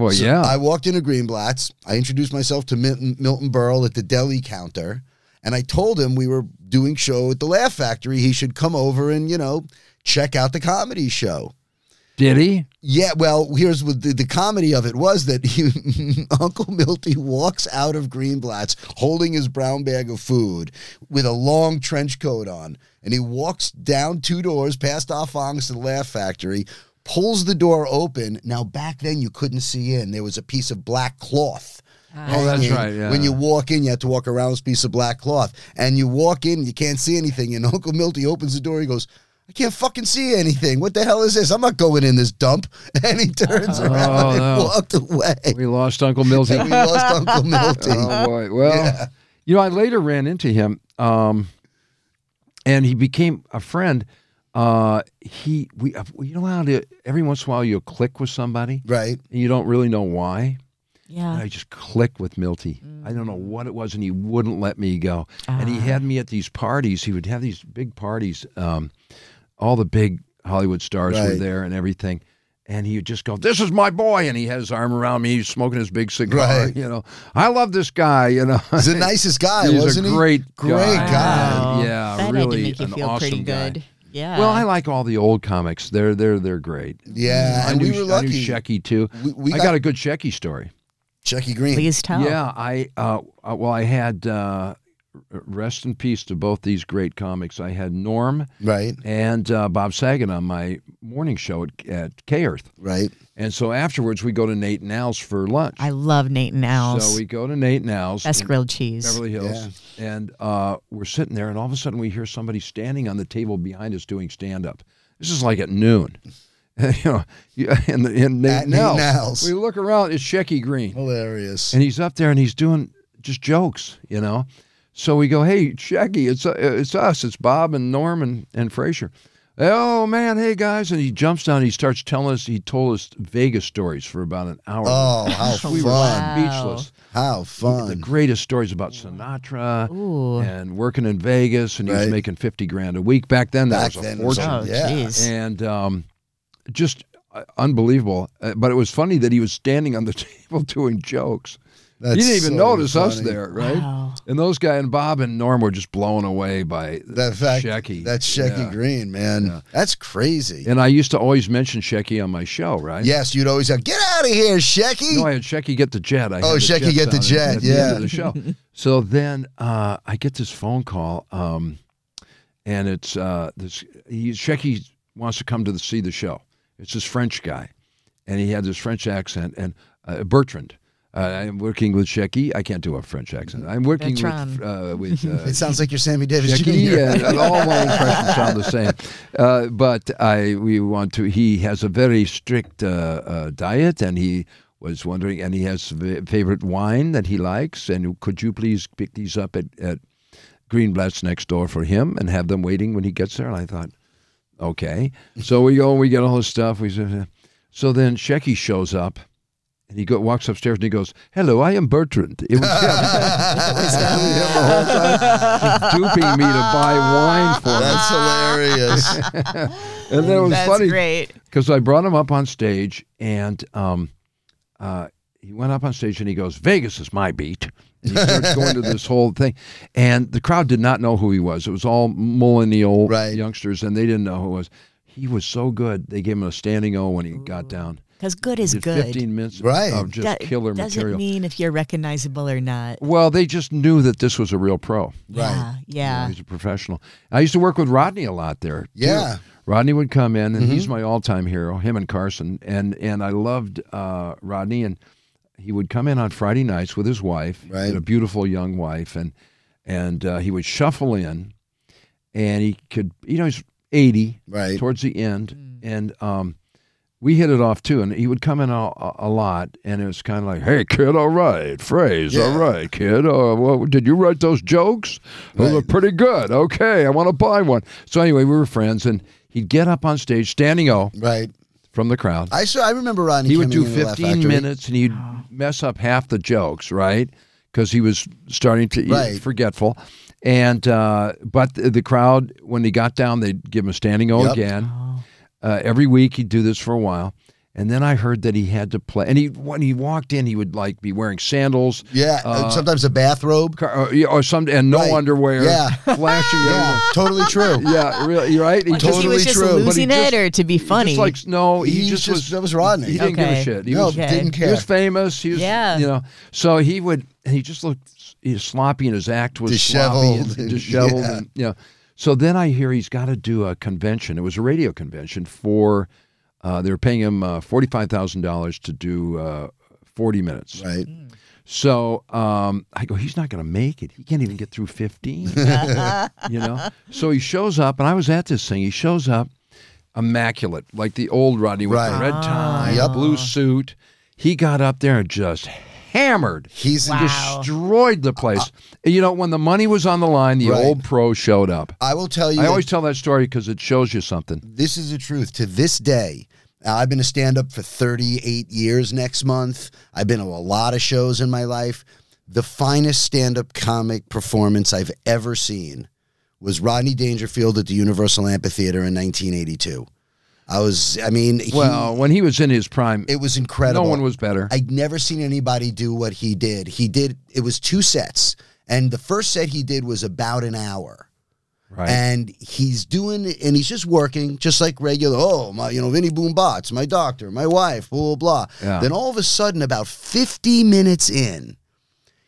S3: Well,
S2: So
S3: yeah.
S2: I walked into Greenblatt's. I introduced myself to Milton, Milton Berle at the deli counter, and I told him we were doing show at the Laugh Factory. He should come over and you know check out the comedy show.
S3: Did he?
S2: Yeah, well, here's what the, the comedy of it was that he, Uncle Milty walks out of Greenblatt's holding his brown bag of food with a long trench coat on, and he walks down two doors past Afong's to the Laugh Factory, pulls the door open. Now, back then, you couldn't see in. There was a piece of black cloth.
S3: Oh, that's
S2: hanging.
S3: right, yeah.
S2: When you walk in, you have to walk around this piece of black cloth, and you walk in, you can't see anything. And Uncle Milty opens the door. He goes, "I can't fucking see anything. What the hell is this? I'm not going in this dump." And he turns around and
S3: Oh, no.
S2: walked away.
S3: We lost Uncle Milty.
S2: We lost Uncle Milty.
S3: oh boy. Well, you know, I later ran into him, um, and he became a friend. Uh, he, we, you know how to, every once in a while you'll click with somebody,
S2: Right?
S3: and you don't really know why. And
S1: yeah.
S3: I just clicked with Milty. I don't know what it was, and he wouldn't let me go. And he had me at these parties. He would have these big parties. Um, all the big Hollywood stars were
S2: Right.
S3: there and everything. And he would just go, "This is my boy," and he had his arm around me, he's smoking his big cigar.
S2: Right.
S3: You know, I love this guy. You know,
S2: He's the nicest guy,
S3: He's
S2: wasn't
S3: a
S2: he?
S3: great,
S2: Great guy.
S1: Wow.
S3: Yeah,
S1: that had to
S3: really
S1: make you
S3: an
S1: feel
S3: awesome
S1: pretty
S3: guy.
S1: good. Yeah.
S3: Well, I like all the old comics. They're they're they're great.
S2: Yeah,
S3: I
S2: and we
S3: knew,
S2: were
S3: I knew
S2: lucky.
S3: Shecky too.
S2: We- we
S3: I
S2: got-
S3: got a good Shecky story.
S2: Chucky E. Green.
S1: Please tell.
S3: Yeah, I uh, uh, well, I had uh, r- rest in peace to both these great comics. I had Norm
S2: Right,
S3: and uh, Bob Saget on my morning show at, at K Earth,
S2: right.
S3: and so afterwards we go to Nate and Al's for lunch.
S1: I love Nate and Al's.
S3: So we go to Nate and Al's.
S1: Best
S3: in
S1: grilled cheese.
S3: Beverly Hills, and uh, we're sitting there, and all of a sudden we hear somebody standing on the table behind us doing stand up. This is like at noon, you know. yeah, And, and Nate
S2: At
S3: and
S2: Nate
S3: Al's.
S2: Nals.
S3: We look around; it's Shecky Green.
S2: Hilarious.
S3: and he's up there and he's doing just jokes, you know. So we go, hey, Shaggy, it's uh, it's us, it's Bob and Norm and, and Frazier. Oh man, hey guys! And he jumps down. And he starts telling us. He told us Vegas stories for about an hour.
S2: oh, how
S3: we
S2: fun!
S3: were
S1: Wow.
S3: speechless.
S2: How
S3: The
S2: fun!
S3: greatest stories about Sinatra
S1: Ooh.
S3: and working in Vegas, and he
S2: Right.
S3: was making fifty grand a week back then. That
S2: Back
S3: was a
S2: then it was
S3: fortune
S2: a
S1: Oh,
S2: Yeah.
S1: jeez.
S3: and um, just uh, unbelievable. Uh, but it was funny that he was standing on the table doing jokes.
S2: That's
S3: he didn't even
S2: so
S3: notice us
S2: funny.
S3: there, right?
S1: Wow.
S3: And those guy and Bob and Norm were just blown away by
S2: That fact.
S3: Shecky.
S2: That's Shecky
S3: Yeah.
S2: Green, man. That's crazy.
S3: And I used to always mention Shecky on my show, right?
S2: Yes, you'd always have, get out of here, Shecky.
S3: No, I had Shecky get the jet. I had
S2: Oh,
S3: the
S2: Shecky
S3: Jets
S2: get the
S3: on it
S2: jet,
S3: At the end
S2: yeah.
S3: of the show. so then uh, I get this phone call, um, and it's uh, this. He, Shecky wants to come to the, see the show. It's this French guy, and he had this French accent. And uh, Bertrand, uh, I'm working with Shecky. I can't do a French accent. I'm working
S1: Bertrand.
S3: with uh, with. Uh,
S2: it sounds like you're Sammy Davis Jr.
S3: Jackie and, and all my impressions sound the same. Uh, but I, we want to. He has a very strict uh, uh, diet, and he was wondering, and he has v- favorite wine that he likes. And could you please pick these up at, at Greenblatt's next door for him and have them waiting when he gets there? And I thought, okay. So we go and we get all this stuff. We said, uh, so then Shecky shows up. And he go, walks upstairs and he goes, "Hello, I am Bertrand." It was him. duping me to buy wine for him.
S2: That's hilarious.
S3: And then it was
S1: That's
S3: funny
S1: great.
S3: because I brought him up on stage and um, uh, he went up on stage and he goes, Vegas is my beat. And he starts going to this whole thing. And the crowd did not know who he was. It was all millennial
S2: Right.
S3: youngsters and they didn't know who it was. He was so good. They gave him a standing O when he got down.
S1: Because good is
S3: Did
S1: good.
S3: 15 minutes
S2: Right.
S3: of just
S1: That
S3: killer
S1: doesn't
S3: material.
S1: mean if you're recognizable or not.
S3: well, they just knew that this was a real pro.
S2: right.
S1: Yeah. yeah.
S3: He's a professional. I used to work with Rodney a lot there. too.
S2: Yeah. Mm-hmm.
S3: Rodney would come in, and he's my all-time hero. Him and Carson, and and I loved uh, Rodney, and he would come in on Friday nights with his wife, He had
S2: Right.
S3: a beautiful young wife, and and uh, he would shuffle in, and he could, you know, he's eighty
S2: Right.
S3: towards the end, and um, we hit it off too. And he would come in a, a, a lot, and it was kind of like, "Hey, kid, all right, phrase, all
S2: Yeah.
S3: right, kid. Uh, well, did you write those jokes? Those are
S2: Right.
S3: pretty good. Okay, I want to buy one." So anyway, we were friends, and he'd get up on stage, standing o
S2: Right.
S3: from the crowd.
S2: I saw. I remember Rodney.
S3: He would do
S2: coming into the Laugh
S3: 15
S2: Factory.
S3: minutes, and he'd mess up half the jokes, right? Because he was starting to
S2: Right.
S3: forgetful. And uh, but the, the crowd, when he got down, they'd give him a standing o
S2: Yep.
S3: again uh, every week he'd do this for a while and then i heard that he had to play and he when he walked in he would like be wearing sandals
S2: Yeah.
S3: Uh,
S2: sometimes a bathrobe.
S3: car- or, or some and no
S2: Right.
S3: underwear
S2: Yeah.
S3: flashing
S2: Yeah.
S3: everywhere.
S2: totally true.
S3: yeah really you're right he
S1: Because he was just
S2: true, but he
S1: losing
S3: just-
S1: it or to be funny.
S3: just like no he,
S2: He's
S3: just, was
S2: that was
S3: he
S2: Rodney.
S3: didn't give
S1: Okay.
S3: a shit he
S2: No,
S3: was
S1: Okay.
S2: didn't
S3: He
S2: care.
S3: was famous. He was,
S1: Yeah.
S3: you know. So he would, and he just looked he was sloppy, and his act was sloppy and
S2: Disheveled and-
S3: disheveled,
S2: yeah.
S3: and yeah. So then I hear he's got to do a convention. It was a radio convention for. Uh, they were paying him uh, forty five thousand dollars to do uh, forty minutes.
S2: right.
S3: So um, I go, he's not going to make it. He can't even get through 15. you know? So he shows up, and I was at this thing. He shows up immaculate, like the old Rodney with the
S2: Right. Ah.
S3: red tie,
S2: Yep.
S3: blue suit. He got up there and just hammered.
S2: He's.
S3: He destroyed the place. you know, when the money was on the line, the
S2: Uh, Right.
S3: old pro showed up.
S2: I will tell you.
S3: I
S2: that
S3: always tell that story because it shows you something.
S2: this is the truth to this day uh, i've been a stand-up for 38 years next month i've been to a lot of shows in my life the finest stand-up comic performance i've ever seen was rodney dangerfield at the universal amphitheater in 1982 i was i mean he-
S3: Well, when he was in his prime,
S2: it was
S3: no
S2: incredible
S3: one was better.
S2: I'd never seen anybody do what he did. He did it was two sets, and the first set he did was about an hour.
S3: Right.
S2: And he's doing, and he's just working, just like regular. Oh, my, you know, Vinny Boom Bots, my doctor, my wife, blah, blah, blah.
S3: Yeah.
S2: Then all of a sudden, about 50 minutes in,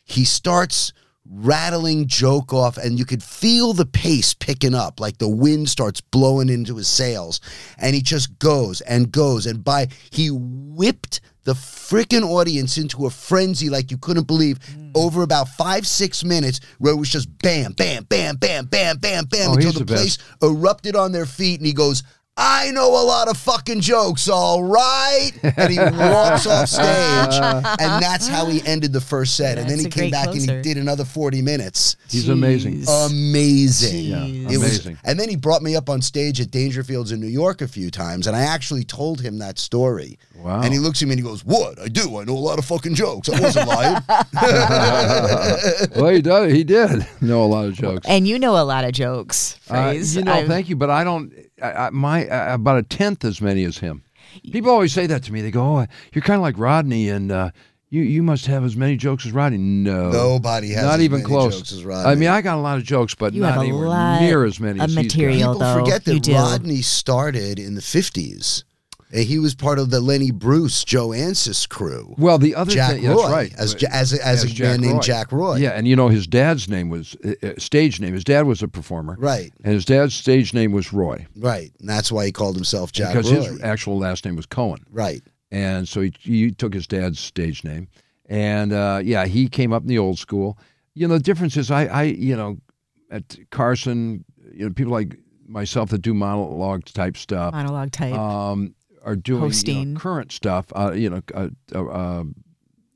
S2: he starts rattling joke off, and you could feel the pace picking up, like the wind starts blowing into his sails. And he just goes and goes. And by, he whipped the freaking audience into a frenzy like you couldn't believe
S3: Hmm.
S2: over about five, six minutes, where it was just bam, bam, bam, bam, bam, bam, bam,
S3: Oh,
S2: until
S3: he's
S2: the,
S3: the
S2: place
S3: best.
S2: erupted on their feet and he goes, I know a lot of fucking jokes, all right. And he walks off stage. And that's how he ended the first set. and then
S1: That's
S2: he
S1: a
S2: came
S1: great
S2: back and
S1: closer.
S2: he did another 40 minutes.
S3: He's amazing.
S2: Amazing.
S1: Yeah,
S2: It was,
S3: amazing.
S2: and then he brought me up on stage at Dangerfields in New York a few times, and I actually told him that story.
S3: Wow.
S2: And he looks at me and he goes, What? I do. I know a lot of fucking jokes. I wasn't lying.
S3: Oh. well, he does. He did know a lot of jokes.
S1: And you know a lot of jokes.
S3: Uh,
S1: Phrase.
S3: you know,
S1: I'm-
S3: thank you, but I don't. I, I, my uh, about a tenth as many as him. People always say that to me. They go, "Oh, you're kind of like Rodney, and uh, you you must have as many jokes as Rodney." No,
S2: Nobody has
S3: not
S2: as
S3: even
S2: many
S3: close.
S2: jokes as Rodney.
S3: I mean, I got a lot of jokes, but
S1: You
S3: not
S1: have a
S3: anywhere
S1: lot
S3: near as many
S1: of
S3: as he's got.
S1: material.
S2: People
S1: though.
S2: forget
S1: You
S2: that
S1: do.
S2: Rodney started in the 50s. Uh, He was part of the Lenny Bruce, Joe Ansis crew.
S3: Well, the other
S2: Jack
S3: thing,
S2: Roy,
S3: that's right,
S2: as, Ja- as, a- as,
S3: As
S2: a
S3: Jack
S2: man
S3: Roy.
S2: named Jack Roy.
S3: Yeah, and you know his dad's name was uh, uh, stage name. His dad was a performer,
S2: Right,
S3: and his dad's stage name was Roy
S2: right. And that's why he called himself Jack
S3: because
S2: Roy.
S3: his actual last name was Cohen.
S2: right.
S3: and so he, he took his dad's stage name, and uh, yeah, he came up in the old school. You know, the difference is I, I, you know, at Carson, you know, people like myself that do monologue type stuff
S1: monologue type.
S3: um, are doing you know,
S1: Hosting.
S3: current stuff. Uh, you know, uh, uh, uh,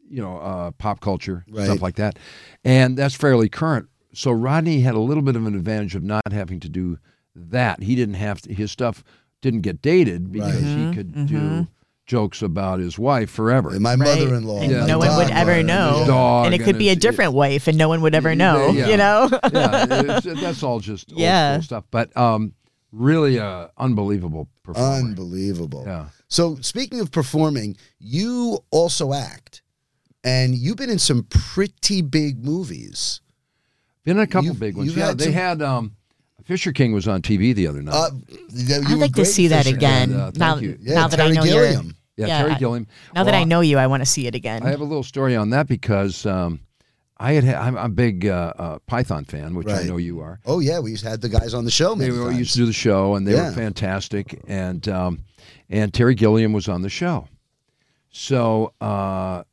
S3: you know, uh, pop culture
S2: Right.
S3: stuff like that, and that's fairly current. So Rodney had a little bit of an advantage of not having to do that. He didn't have to, his stuff didn't get dated because
S1: Mm-hmm,
S3: he could do jokes about his wife forever.
S2: And my
S1: right?
S2: mother-in-law.
S1: And
S2: my
S1: no one would ever
S2: godmother,
S1: know.
S3: his dog
S1: and it could
S3: and
S1: be a
S3: his-
S1: different wife, and no one would ever know.
S3: Yeah.
S1: You know.
S3: yeah, it's- that's all just old
S1: Yeah.
S3: school stuff. But um, really, uh, unbelievable performer.
S2: Unbelievable.
S3: yeah.
S2: So speaking of performing, you also act. And you've been in some pretty big movies.
S3: Been in a couple
S2: You've-
S3: big ones.
S2: you've
S3: Yeah,
S2: had
S3: they
S2: some-
S3: had um, Fisher King was on TV the other night.
S2: Uh, you
S1: I'd
S2: were
S1: like to
S2: great
S1: see
S2: in
S1: that
S2: Fisher
S1: again.
S3: and, uh, thank
S1: now,
S3: you.
S2: Yeah,
S1: now that
S2: Terry
S1: I know
S2: Gilliam.
S1: you're.
S3: yeah,
S1: yeah,
S3: Terry
S1: I-
S3: Gilliam.
S1: Now that
S3: Well,
S1: I know you, I want to see it again.
S3: I have a little story on that because um, I had ha- I'm I'm a big uh, uh, Python fan, which I
S2: Right.
S3: know you are.
S2: Oh yeah, we had the guys on the show.
S3: They
S2: Many
S3: were,
S2: times.
S3: used to do the show, and they
S2: Yeah.
S3: were fantastic. And um, and Terry Gilliam was on the show, so uh,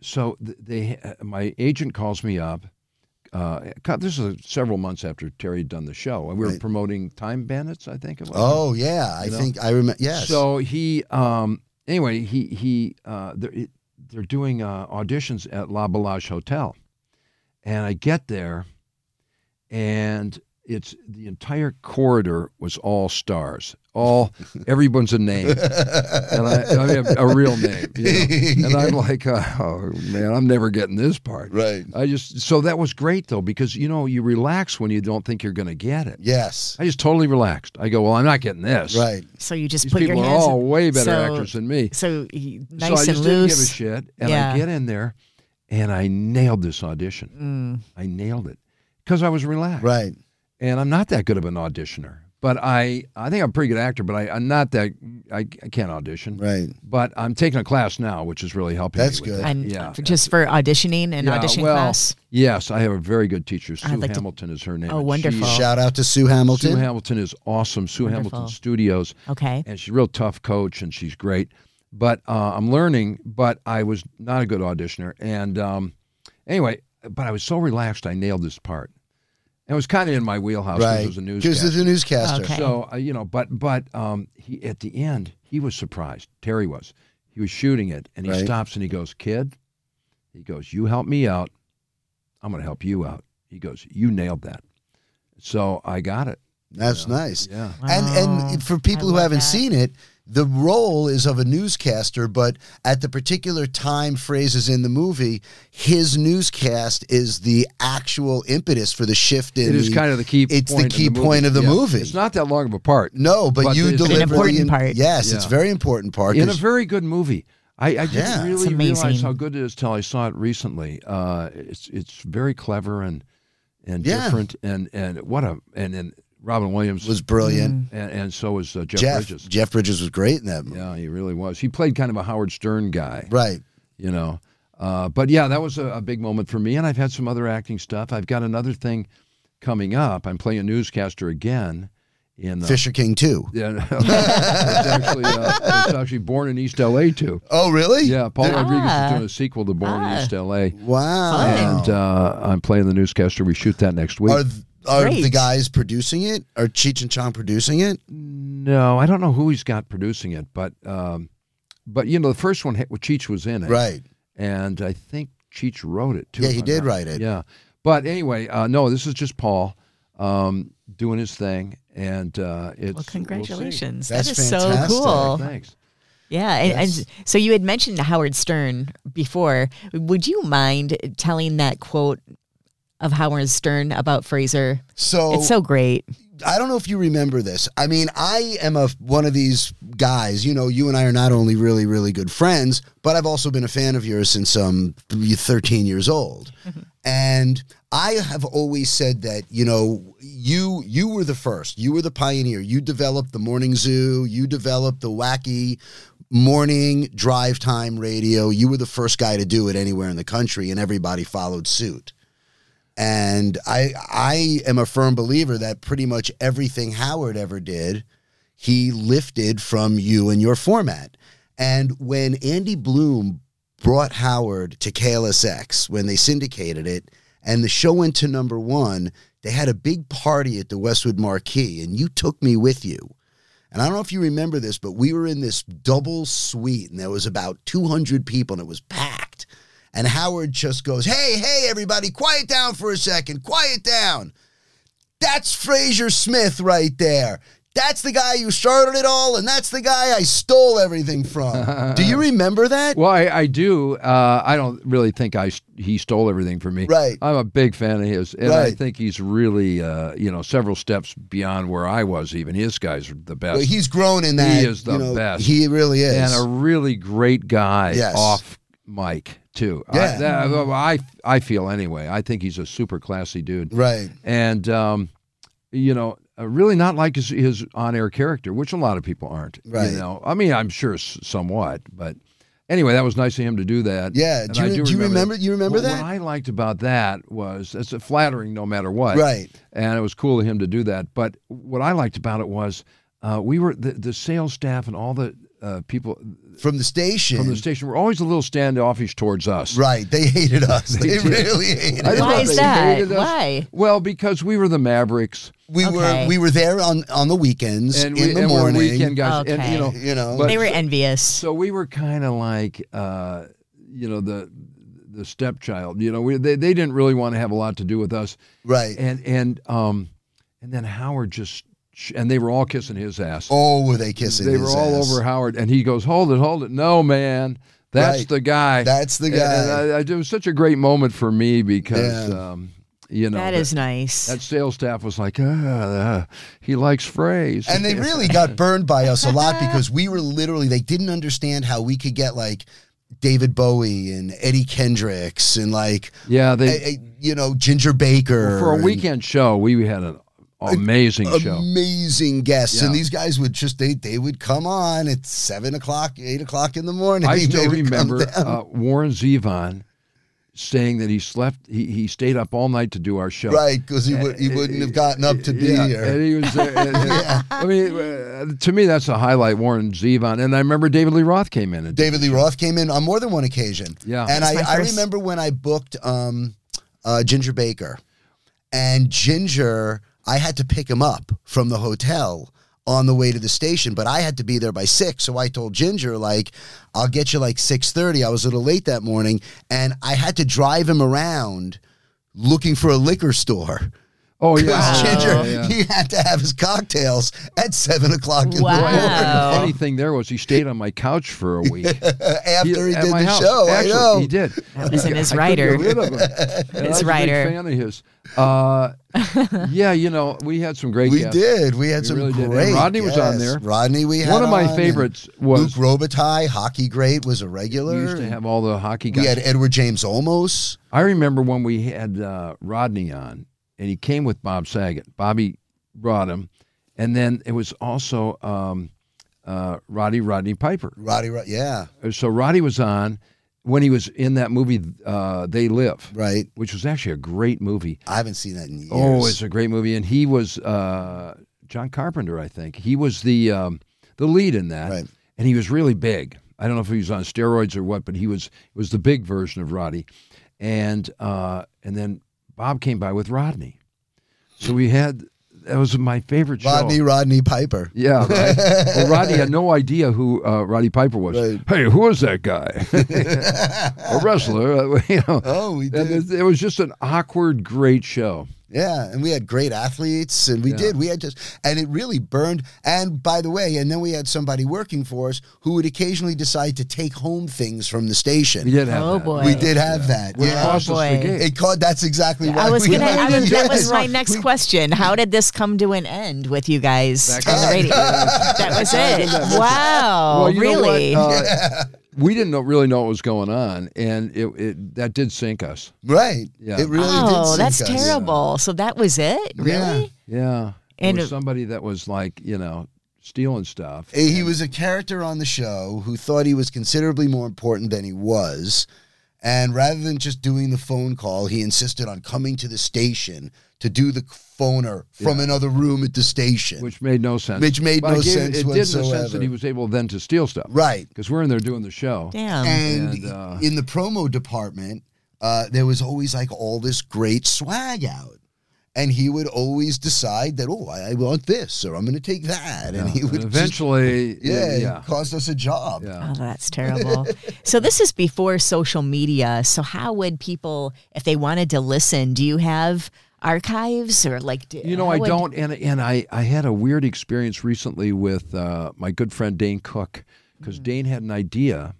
S3: so th- they uh, my agent calls me up. Uh, God, this is several months after Terry had done the show, and we were
S2: Right.
S3: promoting Time Bandits, I think it was.
S2: Oh yeah, I
S3: You know?
S2: think I remember. Yes.
S3: So he, um, anyway, he he uh, they're it- they're doing uh, auditions at La Bellage Hotel, and I get there, and it's the entire corridor was all stars, all everyone's a name, and I, I mean, a real name, you know? and I'm like, uh, oh man, I'm never getting this part.
S2: right.
S3: I just so that was great though because you know you relax when you don't think you're going to get it.
S2: Yes.
S3: I just totally relaxed. I go, well, I'm not getting this.
S2: Right.
S1: so you just
S3: These
S1: put your
S3: people are
S1: hands.
S3: all way better
S1: so-
S3: actors than me.
S1: so y-
S3: so I
S1: nice
S3: just
S1: and
S3: didn't give a
S1: loose.
S3: shit, and
S1: Yeah.
S3: I get in there, and I nailed this audition.
S1: Mm.
S3: I nailed it because I was relaxed,
S2: Right.
S3: and I'm not that good of an auditioner. But I, I think I'm a pretty good actor, but I, I'm not that. I, I can't audition.
S2: Right.
S3: But I'm taking a class now, which is really helping.
S2: That's
S3: me with
S2: good.
S3: that.
S1: And
S3: yeah.
S1: just for auditioning and
S3: Yeah,
S1: audition
S3: well,
S1: class.
S3: Yes, I have a very good teacher. Sue
S1: I'd like to-
S3: Hamilton is her name.
S1: Oh,
S3: and
S1: wonderful.
S3: she's-
S2: Shout out to Sue
S3: Sue
S2: Hamilton.
S3: Hamilton is awesome. Sue
S1: Wonderful.
S3: Hamilton Studios.
S1: Okay.
S3: and she's a real tough coach and she's great. But uh, I'm learning, but I was not a good auditioner. And um, anyway, but I was so relaxed, I nailed this part. And it was kind of in my wheelhouse because
S2: right.
S3: it was a
S2: Because
S3: newscast.
S2: it's a newscaster.
S1: Okay.
S3: So, uh, you know, but but um, he at the end, he was surprised. Terry was. He was shooting it and he
S2: Right.
S3: stops and he goes, Kid, he goes, You help me out. I'm going to help you out. He goes, You nailed that. So I got it.
S2: That's nice.
S3: Yeah.
S2: And
S1: Wow.
S2: and for people
S1: I
S2: who
S1: love
S2: haven't
S1: that.
S2: seen it, the role is of a newscaster, but at the particular time phrases in the movie, his newscast is the actual impetus for the shift in
S3: It is
S2: the-
S3: kind of the key.
S2: it's the
S3: point
S2: key
S3: of the movie.
S2: point of the
S3: Yeah.
S2: movie.
S3: It's not that long of a part.
S2: no, but,
S3: but
S2: you
S3: it's an
S2: deliver the
S1: important
S2: in-
S1: part.
S2: Yes, it's
S3: Yeah.
S2: very important part.
S3: In a
S2: 'cause-
S3: very good movie. I, I didn't
S2: Yeah. It's
S3: really realize
S1: amazing.
S3: how good it is till I saw it recently. Uh, it's it's very clever and and
S2: Yeah.
S3: different and and what a and and Robin Williams,
S2: was
S1: Mm.
S2: brilliant.
S3: and, and so was uh, Jeff,
S2: Jeff
S3: Bridges.
S2: Jeff Bridges was great in that movie.
S3: Yeah, he really was. He played kind of a Howard Stern guy,
S2: Right.
S3: you know. Uh, but yeah, that was a, a big moment for me. And I've had some other acting stuff. I've got another thing coming up. I'm playing a newscaster again in uh,
S2: Fisher King too.
S3: Yeah, it's actually uh, it's actually Born in East L.A. too.
S2: Oh really?
S3: Yeah, Paul Rodriguez
S1: Ah.
S3: is doing a sequel to Born in
S1: Ah. Oh.
S3: East L.A.
S2: Wow.
S3: And uh, I'm playing the newscaster. We shoot that next week.
S2: are th- are
S1: Great.
S2: the guys producing it? Are Cheech and Chong producing it?
S3: no, I don't know who he's got producing it, but um, but you know the first one ha- Cheech was in it,
S2: Right.
S3: And I think Cheech wrote it too.
S2: Yeah,
S3: if
S2: he
S3: I'm
S2: did
S3: not-
S2: write it.
S3: Yeah, but anyway, uh, no, this is just Paul um, doing his thing, and uh, it's
S1: Well,
S3: we'll see.
S1: congratulations.
S2: That's
S1: that is
S2: fantastic.
S1: so cool.
S3: Thanks.
S1: Yeah, and, and
S2: Yes.
S1: so you had mentioned Howard Stern before. Would you mind telling that quote of Howard Stern about Fraser?
S2: So,
S3: Oh,
S1: it's so great.
S2: I don't know if you remember this. I mean, I am a one of these guys. You know, you and I are not only really, really good friends, but I've also been a fan of yours since um, 13 years old. And I have always said that you know you you were the first. You were the pioneer. You developed the morning zoo. You developed the wacky morning drive time radio. You were the first guy to do it anywhere in the country, and everybody followed suit and I I am a firm believer that pretty much everything Howard ever did, he lifted from you and your format. And when Andy Bloom brought Howard to KLSX when they syndicated it, and the show went to number one, they had a big party at the Westwood Marquee, and you took me with you. And I don't know if you remember this, but we were in this double suite and there was about 200 people and it was packed. And Howard just goes, Hey, hey, everybody, quiet down for a second, quiet down. That's Fraser Smith right there. That's the guy who started it all, and that's the guy I stole everything from. Do you remember that?
S3: Well, I, I do. Uh, I don't really think I he stole everything from me.
S2: Right.
S3: I'm a big fan of his, and I
S2: Right.
S3: think he's really, uh, you know, several steps beyond where I was. Even his guys are the best.
S2: Well, he's grown in that.
S3: He is the
S2: you know,
S3: best.
S2: He really is.
S3: and a really great guy
S2: Yes.
S3: off mic too. I,
S2: Yeah.
S3: that- I I feel anyway. I think he's a super classy dude,
S2: right.
S3: and um, you know, uh, really not like his, his on-air character, which a lot of people aren't.
S2: Right.
S3: You know, I mean, I'm sure s- somewhat, but anyway, that was nice of him to do that.
S2: Yeah.
S3: And
S2: Do you,
S3: I
S2: do you remember? You remember
S3: Well,
S2: that?
S3: What I liked about that was it's a flattering no matter what.
S2: Right.
S3: And it was cool of him to do that. But what I liked about it was uh, we were the, the sales staff and all the uh, people
S2: From the station.
S3: from the station were always a little standoffish towards us.
S2: Right. They hated us. They, really hated
S3: I didn't
S2: us.
S3: know
S1: Why
S3: if
S1: is
S3: they
S1: that?
S3: hated us.
S1: Why?
S3: Well, because we were the Mavericks
S2: We
S1: Okay.
S2: were we were there on on the weekends
S3: and
S2: in
S3: we
S2: the
S3: and
S2: morning.
S3: we're weekend guys. And
S1: Okay.
S3: you know,
S2: You know.
S3: But-
S1: they were envious.
S3: So we were kind of like, uh, you know, the the stepchild. You know, we, they they didn't really want to have a lot to do with us.
S2: right.
S3: And and um, and then Howard just sh- and they were all kissing his ass.
S2: oh, were they kissing?
S3: they
S2: his
S3: were all
S2: ass.
S3: over Howard, and he goes, "Hold it, hold it, no man, that's
S2: Right.
S3: the guy."
S2: That's the
S3: And- and
S2: guy.
S3: I- I- it was such a great moment for me because,
S2: Yeah.
S3: um, you know,
S1: that is nice.
S3: that sales staff was like, ah, ah, he likes phrase,
S2: and they really got burned by us a lot because we were literally they didn't understand how we could get like David Bowie and Eddie Kendricks and like
S3: yeah,
S2: a,
S3: they
S2: a- you know Ginger Baker
S3: for a
S2: and
S3: weekend show we had an amazing show.
S2: Amazing guests, and
S3: Yeah.
S2: these guys would just they they would come on at seven o'clock, eight o'clock in the morning.
S3: I
S2: They
S3: still
S2: would come
S3: remember
S2: down.
S3: uh, Warren Zevon saying that he slept, he, he stayed up all night to do our show.
S2: Right, because he, would, he wouldn't have gotten up to be
S3: Yeah,
S2: here.
S3: and he was there. and- and- I mean, uh, to me, that's a highlight. Warren Zevon, and I remember David Lee Roth came in. And,
S2: David Lee Roth came in on more than one occasion.
S3: Yeah.
S2: and
S1: That's my
S2: I, I
S1: first-
S2: remember when I booked um, uh, Ginger Baker, and Ginger, I had to pick him up from the hotel on the way to the station, but I had to be there by six. So I told Ginger, like, I'll get you like six thirty. I was a little late that morning, and I had to drive him around looking for a liquor store.
S3: oh yeah,
S2: Because
S3: yeah,
S2: Ginger,
S3: yeah.
S2: he had to have his cocktails at seven o'clock in
S1: Wow.
S2: the morning.
S1: Wow.
S3: The funny thing there was he stayed on my couch for a week.
S2: after he,
S3: at
S2: did
S3: my
S2: the
S3: house.
S2: show.
S3: Actually,
S2: I know.
S3: he did.
S1: That was in his
S3: I couldn't
S1: rider.
S3: get rid of him. And I was a big
S1: rider.
S3: fan of his. Uh, yeah, you know, we had some great.
S2: We
S3: guests.
S2: did. We had
S3: We
S2: some
S3: really did.
S2: great.
S3: And Rodney was
S2: yes.
S3: on there.
S2: Rodney, we had
S3: One of
S2: on,
S3: my
S2: and
S3: favorites was
S2: Luke Robitaille, hockey great, was a
S3: we
S2: regular.
S3: used to have all the hockey
S2: we
S3: guys.
S2: had Edward James Olmos.
S3: I remember when we had uh, Rodney on, and he came with Bob Saget. Bobby brought him, and then it was also um, uh, Roddy Rodney Piper.
S2: Roddy, Ro- yeah,
S3: So Roddy was on when he was in that movie, uh, They Live,
S2: right.
S3: which was actually a great movie.
S2: I haven't seen that in years.
S3: Oh, it's a great movie, and he was uh, John Carpenter, I think. He was the um, the lead in that,
S2: Right.
S3: and he was really big. I don't know if he was on steroids or what, but he was was the big version of Roddy, and uh, and then Bob came by with Rodney, so we had that was my favorite show.
S2: Rodney Rodney Piper.
S3: Yeah, right. well, Rodney had no idea who uh, Roddy Piper was.
S2: Right.
S3: Hey, who is that guy? a wrestler, uh, you know.
S2: Oh, we
S3: And
S2: did.
S3: it, it was just an awkward, great show.
S2: Yeah, and we had great athletes, and we
S3: Yeah.
S2: did. We had just, and it really burned. And by the way, and then we had somebody working for us who would occasionally decide to take home things from the station.
S3: We did have
S1: Oh
S3: that.
S1: boy.
S2: We did have that.
S3: Which
S1: Yeah.
S2: Yeah,
S3: cost us the
S1: boy.
S3: game.
S2: it caught. That's exactly. why
S1: I was
S2: we
S1: gonna.
S2: had
S1: I was,
S2: it.
S1: that was my
S2: Yes.
S1: next question. How did this come to an end with you guys
S3: That
S1: on
S3: guy-
S1: the radio? that was it. Wow.
S3: Well, you know what?
S1: Oh, really?
S3: Uh, we didn't know, really know what was going on, and it, it that did sink us.
S2: Right.
S3: Yeah.
S2: It really did.
S1: oh,
S2: sink
S1: that's
S2: us.
S1: terrible. So that was it. Really?
S2: Yeah.
S3: Yeah,
S1: And
S3: it was
S1: it-
S3: somebody that was like you know stealing stuff.
S2: Uh, He was a character on the show who thought he was considerably more important than he was. And rather than just doing the phone call, he insisted on coming to the station to do the phoner from another room at the station.
S3: which made no sense.
S2: Which made
S3: But it
S2: no
S3: gave-
S2: sense
S3: It did in the sense
S2: whatsoever.
S3: that he was able then to steal stuff,
S2: right.
S3: Because we're in there doing the show.
S1: Damn.
S2: And,
S3: And, uh,
S2: in the promo department, uh, there was always like all this great swag out. And he would always decide that, oh, I, I want this or I'm going to take that. And he
S3: And
S2: would just-
S3: eventually,
S2: yeah,
S3: yeah,
S2: it
S3: yeah,
S2: caused us a job.
S3: yeah.
S1: Oh, that's terrible. so this is before social media. So how would people, if they wanted to listen, do you have archives or like? Do,
S3: You know,
S1: how
S3: I
S1: would-
S3: don't, and and I I had a weird experience recently with uh, my good friend Dane Cook
S1: Mm.
S3: because Dane had an idea,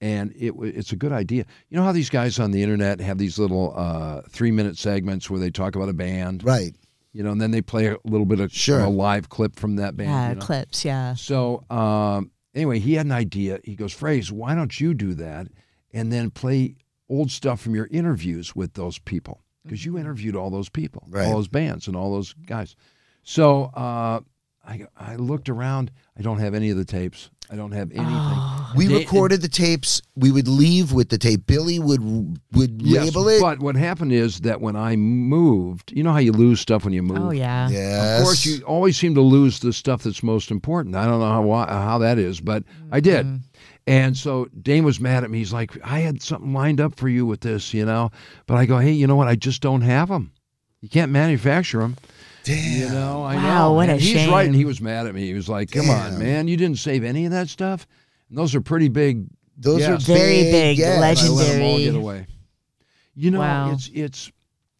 S3: and it wa- it's a good idea. You know how these guys on the internet have these little uh, three minute segments where they talk about a band,
S2: Right.
S3: you know, and then they play a little bit of of
S2: Sure.
S3: a live clip from that band.
S1: Yeah,
S3: you know?
S1: clips. Yeah.
S3: So um, anyway, he had an idea. He goes, "Phrase, why don't you do that and then play old stuff from your interviews with those people? Because you interviewed all those people,
S2: Right.
S3: all those bands, and all those guys." So uh, I I looked around. I don't have any of the tapes. I don't have anything.
S2: We
S3: They-
S2: recorded the tapes. We would leave with the tape. Billy would would
S3: Yes,
S2: label it.
S3: But what happened is that when I moved, you know how you lose stuff when you move.
S1: Oh yeah.
S2: yes.
S3: Of course, you always seem to lose the stuff that's most important. I don't know how why, how that is, but I
S1: Mm-hmm.
S3: did. And so Dane was mad at me. He's like, I had something lined up for you with this, you know. But I go, hey, you know what? I just don't have them. You can't manufacture them.
S2: Damn.
S3: You know, I
S1: Wow,
S3: know.
S1: what a
S3: and he's
S1: shame.
S3: right, and he was mad at me. He was like, come
S2: Damn.
S3: on, man. You didn't save any of that stuff. And those are pretty big.
S2: Those
S3: Yeah.
S2: are
S1: Very big,
S2: yeah.
S3: and I let 'em all
S1: Legendary.
S3: get away. You know,
S1: Wow.
S3: it's it's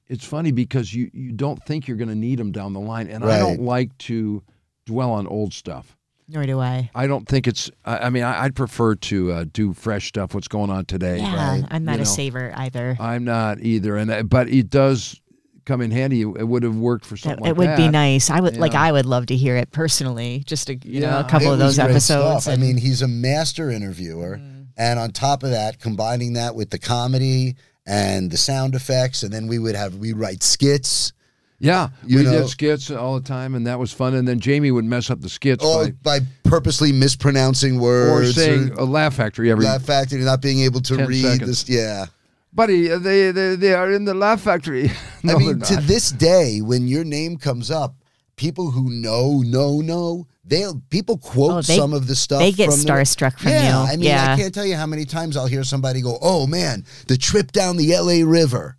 S3: it's funny because you you don't think you're going to need them down the line, and I
S2: Right.
S3: don't like to dwell on old stuff.
S1: Nor do I.
S3: I don't think it's. I, I mean, I, I'd prefer to uh, do fresh stuff. What's going on today?
S1: Yeah, I'm not
S3: You
S1: a
S3: know.
S1: saver either.
S3: I'm not either, and I- but it does come in handy. It would have worked for
S1: That,
S3: something. like
S1: it would be
S3: that.
S1: nice. I would like.
S3: Yeah.
S1: I would love to hear it personally. Just a you know
S3: Yeah,
S1: a couple
S2: It
S1: of
S2: was
S1: those
S2: great
S1: episodes.
S2: stuff. I
S1: and- Mm.
S2: mean, he's a master interviewer, and on top of that, combining that with the comedy and the sound effects, and then we would have we write skits.
S3: Yeah,
S2: You
S3: we
S2: know.
S3: did skits all the time, and that was fun. And then Jamie would mess up the skits
S2: Or
S3: by
S2: by purposely mispronouncing
S3: or
S2: words
S3: saying a laugh factory every
S2: that fact and not being able to
S3: 10
S2: read
S3: seconds.
S2: this. Yeah.
S3: buddy, they they, they are in the laugh factory.
S2: I
S3: No,
S2: mean,
S3: they're
S2: to
S3: not.
S2: this day, when your name comes up, people who know, know, know, they'll people quote
S1: Oh, they-
S2: some of the stuff.
S1: they get
S2: from the-
S1: starstruck from
S2: yeah,
S1: you.
S2: I mean,
S1: Yeah.
S2: I can't tell you how many times I'll hear somebody go, "Oh man, the trip down the L.A. River."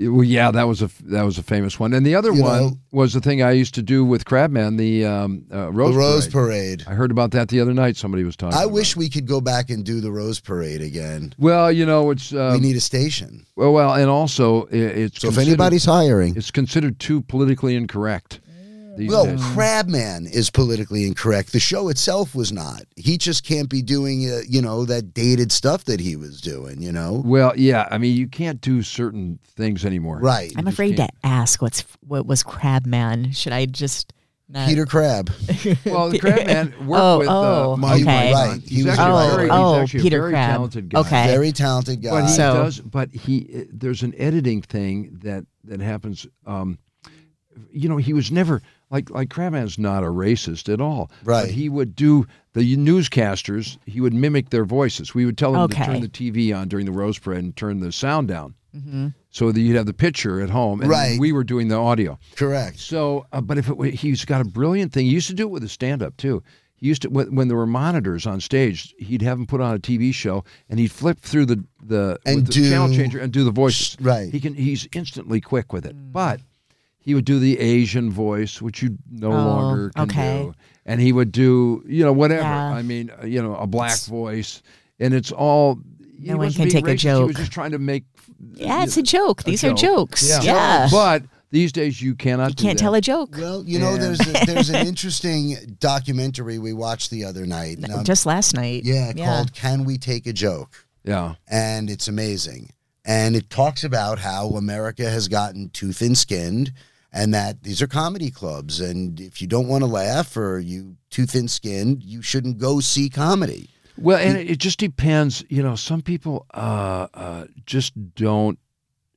S3: Well, yeah, that was a that was a famous one, and the other
S2: You
S3: one
S2: know-
S3: was the thing I used to do with Crabman, the um, uh,
S2: The
S3: Rose,
S2: Rose Parade.
S3: Parade. I heard about that the other night. Somebody was talking.
S2: I
S3: about
S2: wish
S3: it.
S2: we could go back and do the Rose Parade again.
S3: Well, you know, it's
S2: we
S3: um,
S2: need a station.
S3: well, well, and also i- it's
S2: So if
S3: considered-
S2: anybody's hiring,
S3: it's considered too politically incorrect. These
S2: well,
S3: days.
S2: Crabman is politically incorrect. The show itself was not. He just can't be doing, uh, you know, that dated stuff that he was doing. You know,
S3: well, yeah, I mean, you can't do certain things anymore.
S2: right?
S1: I'm afraid to ask what's what was Crabman. Should I just not?
S2: Peter Crab.
S3: Well, the Crabman worked
S1: Oh,
S3: with
S1: oh,
S3: uh, Monty
S1: okay.
S3: Python.
S2: Right, he
S3: He's
S2: was
S3: actually
S2: right.
S3: a very,
S1: Oh,
S3: he's actually a
S1: Peter
S3: very
S1: Crab.
S3: talented guy.
S1: Okay.
S2: Very talented guy.
S3: But eh, he
S1: So-
S3: does. But he there's an editing thing that that happens. Um, you know, he was never like like Crabman's not a racist at all.
S2: Right.
S3: But he would do the newscasters. He would mimic their voices. We would tell him
S1: Okay.
S3: to turn the TV on during the Rose Parade and turn the sound down, so that you'd have the picture at home. And
S2: Right.
S3: We were doing the audio.
S2: Correct.
S3: So, uh, but if it, wa- he's got a brilliant thing, he used to do it with a stand-up too. He used to when, when there were monitors on stage, he'd have them put on a TV show, and he'd flip through the the,
S2: And
S3: with the
S2: do-
S3: channel changer and do the voices.
S2: right.
S3: He can. He's instantly quick with it, but he would do the Asian voice, which you no longer can
S1: Oh, okay.
S3: do, and he would do you know whatever.
S1: Yeah.
S3: I mean, uh, you know, a black voice, and it's all. he
S1: No one
S3: wasn't
S1: can
S3: being
S1: take a
S3: racist, He
S1: joke.
S3: was just trying to make.
S1: Yeah, it's a joke. These are
S3: joke.
S1: jokes.
S2: Yeah.
S1: Yeah.
S3: But these days you cannot.
S1: you can't tell a joke.
S2: Well, you know,
S3: Yeah.
S2: there's a, there's an interesting documentary we watched the other night. and I'm-
S1: Just last night.
S2: yeah, called "Can We Take a Joke,"
S3: Yeah.
S2: and it's amazing. And it talks about how America has gotten too thin-skinned, and that these are comedy clubs, and if you don't want to laugh or you too thin-skinned, you shouldn't go see comedy.
S3: Well, and it, it just depends. You know, some people uh, uh, just don't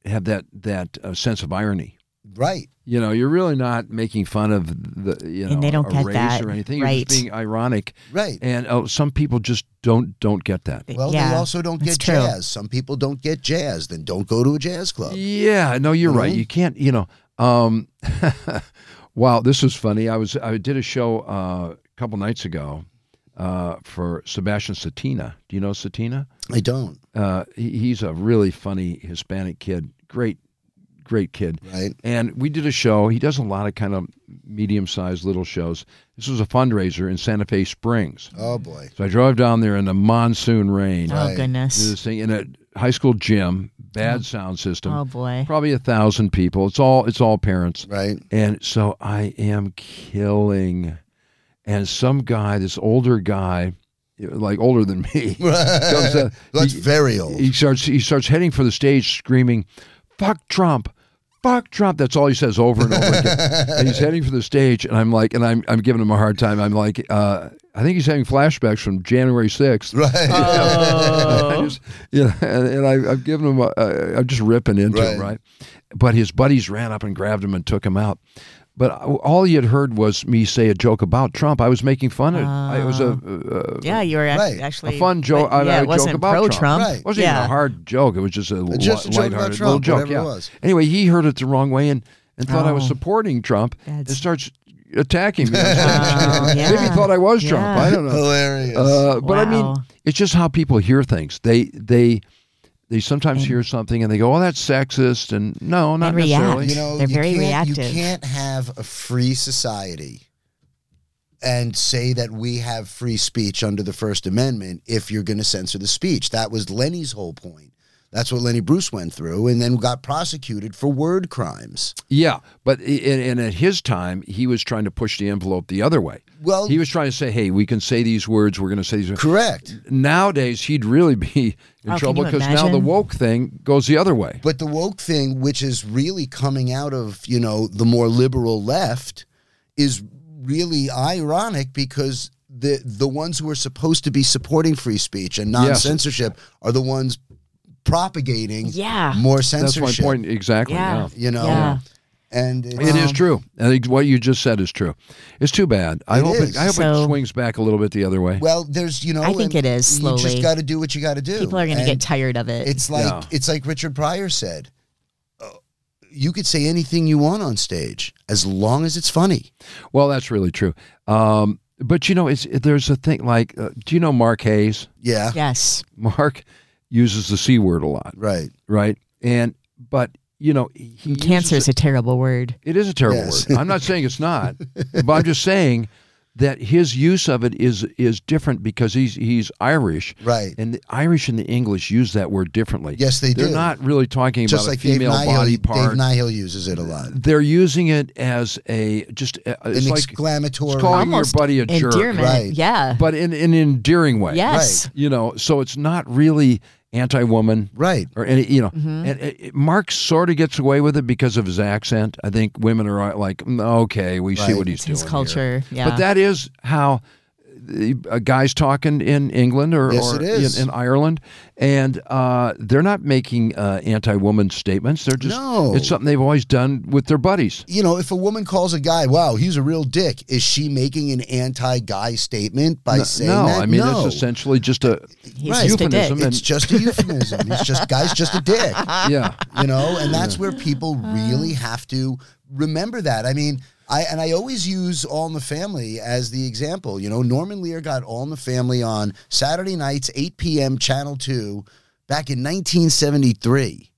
S3: have that that uh, sense of irony.
S2: Right.
S3: You know, you're really not making fun of the you know
S1: And they don't
S3: a
S1: get
S3: race
S1: that.
S3: or anything. You're
S1: Right.
S3: just being ironic,
S2: Right.
S3: and oh, some people just don't don't get that.
S2: Well,
S1: yeah.
S2: they also don't
S1: that's
S2: get
S1: true.
S2: jazz. Some people don't get jazz. Then don't go to a jazz club.
S3: Yeah, no, you're right.
S1: Mm-hmm.
S2: Mhm.
S3: You can't, you know. Um, wow, this is funny. I was I did a show uh, a couple nights ago uh, for Sebastian Satina. Do you know Satina?
S2: I don't.
S3: Uh, he, he's a really funny Hispanic kid. Great, great kid.
S2: Right.
S3: And we did a show. He does a lot of kind of medium sized little shows. This was a fundraiser in Santa Fe Springs.
S2: Oh boy.
S3: So I drove down there in the monsoon rain.
S1: Oh
S2: Right.
S3: Did
S1: goodness.
S3: this thing in a high school gym, bad sound system.
S1: Oh boy.
S3: Probably a thousand people. It's all it's all parents.
S2: Right.
S3: And so I am killing. And some guy, this older guy, like older than me, comes up.
S2: That's
S3: He-
S2: very old.
S3: he starts he starts heading for the stage screaming fuck trump fuck trump that's all he says over and over again and he's heading for the stage and i'm like and i'm, I'm giving him a hard time i'm like uh, i think he's having flashbacks from january 6th
S2: right.
S3: I just, you know, and, and I, I've given him, a, uh, I'm just ripping into him,
S2: Right.
S3: right? But his buddies ran up and grabbed him and took him out. But I- all he had heard was me say a joke about Trump. I was making fun of it. It was a, a
S1: yeah, you were ac-
S2: Right.
S1: actually
S3: A fun joke-
S1: but,
S3: I- I
S1: Yeah,
S3: would
S1: it
S3: joke
S1: wasn't
S3: about
S1: pro
S3: Trump.
S1: Trump.
S2: Right.
S3: it wasn't even
S1: Yeah.
S3: a hard joke. It was just a,
S2: Just a joke
S3: li-
S2: about
S3: lighthearted
S2: Trump,
S3: little joke.
S2: whatever it
S3: Yeah.
S2: was.
S3: Anyway, he heard it the wrong way and, and thought I was
S1: Oh.
S3: supporting Trump and
S1: That's-
S3: starts attacking me.
S1: Oh,
S3: Maybe he
S1: yeah.
S3: thought I was Trump.
S1: Yeah.
S3: I don't
S2: Oh,
S3: know.
S2: Hilarious.
S3: Uh, but I mean,
S1: Wow.
S3: it's just how people hear things. They they they sometimes hear something and they go, "Oh, that's sexist," and no, not
S1: And
S3: necessarily.
S2: you
S1: react.
S2: know,
S1: They're
S2: you
S1: very
S2: can't, You
S1: reactive.
S2: can't have a free society and say that we have free speech under the First Amendment if you're going to censor the speech. That was Lenny's whole point. That's what Lenny Bruce went through, and then got prosecuted for word crimes.
S3: Yeah, but i- and, and at his time, he was trying to push the envelope the other way.
S2: Well-
S3: he was trying to say, "Hey, we can say these words. We're going to say these." words.
S2: Correct.
S3: Nowadays, he'd really be in
S1: Oh, can
S3: trouble
S1: you
S3: because now the
S1: imagine?
S3: woke thing goes the other way.
S2: But the woke thing, which is really coming out of, you know, the more liberal left, is really ironic because the the ones who are supposed to be supporting free speech and non censorship are the ones propagating
S1: Yeah.
S2: more
S3: That's
S2: censorship.
S3: my point exactly.
S1: Yeah.
S2: You know?
S1: Yeah.
S2: And it's, um,
S3: It is true. I think what you just said is true. It's too bad. I
S2: It
S3: hope
S2: is.
S3: it, I hope it
S1: So-
S3: swings back a little bit the other way.
S2: well, there's you know
S1: I think it
S2: and
S1: is
S2: You just
S1: slowly.
S2: gotta do what you gotta do.
S1: People are going to
S2: And
S1: get tired of it.
S2: It's like
S3: Yeah.
S2: it's like Richard Pryor said. uh, You could say anything you want on stage as long as it's funny.
S3: Well, that's really true. Um, but you know, it's there's a thing like, uh, do you know Mark Hayes?
S2: Yeah.
S1: yes.
S3: Mark uses the c word a lot,
S2: Right.
S3: right? And but you know, he
S1: Cancer
S3: uses
S1: is a terrible word.
S3: it. it is a terrible
S2: Yes.
S3: word. I'm not saying it's not, but I'm just saying that his use of it is is different because he's he's Irish,
S2: Right.
S3: and the Irish and the English use that word differently.
S2: Yes, they
S3: They're
S2: do.
S3: not really talking
S2: just
S3: about
S2: like
S3: a female
S2: Dave Nihill,
S3: body part.
S2: Dave Nihill uses it a lot. An
S3: They're using it as a just uh, it's like
S2: exclamatory.
S3: it's calling your
S1: Almost
S3: buddy a jerk,
S1: Endearment.
S2: Right.
S1: Yeah.
S3: but in, in an endearing way.
S1: yes.
S3: you know so it's not really anti-woman
S2: right.
S3: or any you know and it, it- mark sort of gets away with it because of his accent i think women are like "Mm, okay we see
S2: Right.
S3: what he's
S1: It's
S3: doing
S1: his
S3: here."
S1: culture. Yeah.
S3: but that is how the, uh, guys talking in England or,
S2: Yes,
S3: or
S2: it is.
S3: In, in Ireland, and uh, they're not making uh, anti-woman statements. They're just
S2: No.
S3: it's something they've always done with their buddies.
S2: you know, if a woman calls a guy, wow, he's a real dick, is she making an anti guy statement by saying
S3: no,
S2: that?
S3: I mean
S2: no.
S3: it's essentially just a
S1: He's
S2: Right.
S1: just a dick.
S3: Euphemism and-
S2: it's just a euphemism. he's just guy's just a dick.
S3: yeah.
S2: You know, and that's where people really have to remember that. I mean, I and I always use All in the Family as the example. You know, Norman Lear got All in the Family on Saturday nights, 8 p.m. Channel 2 back in 1973.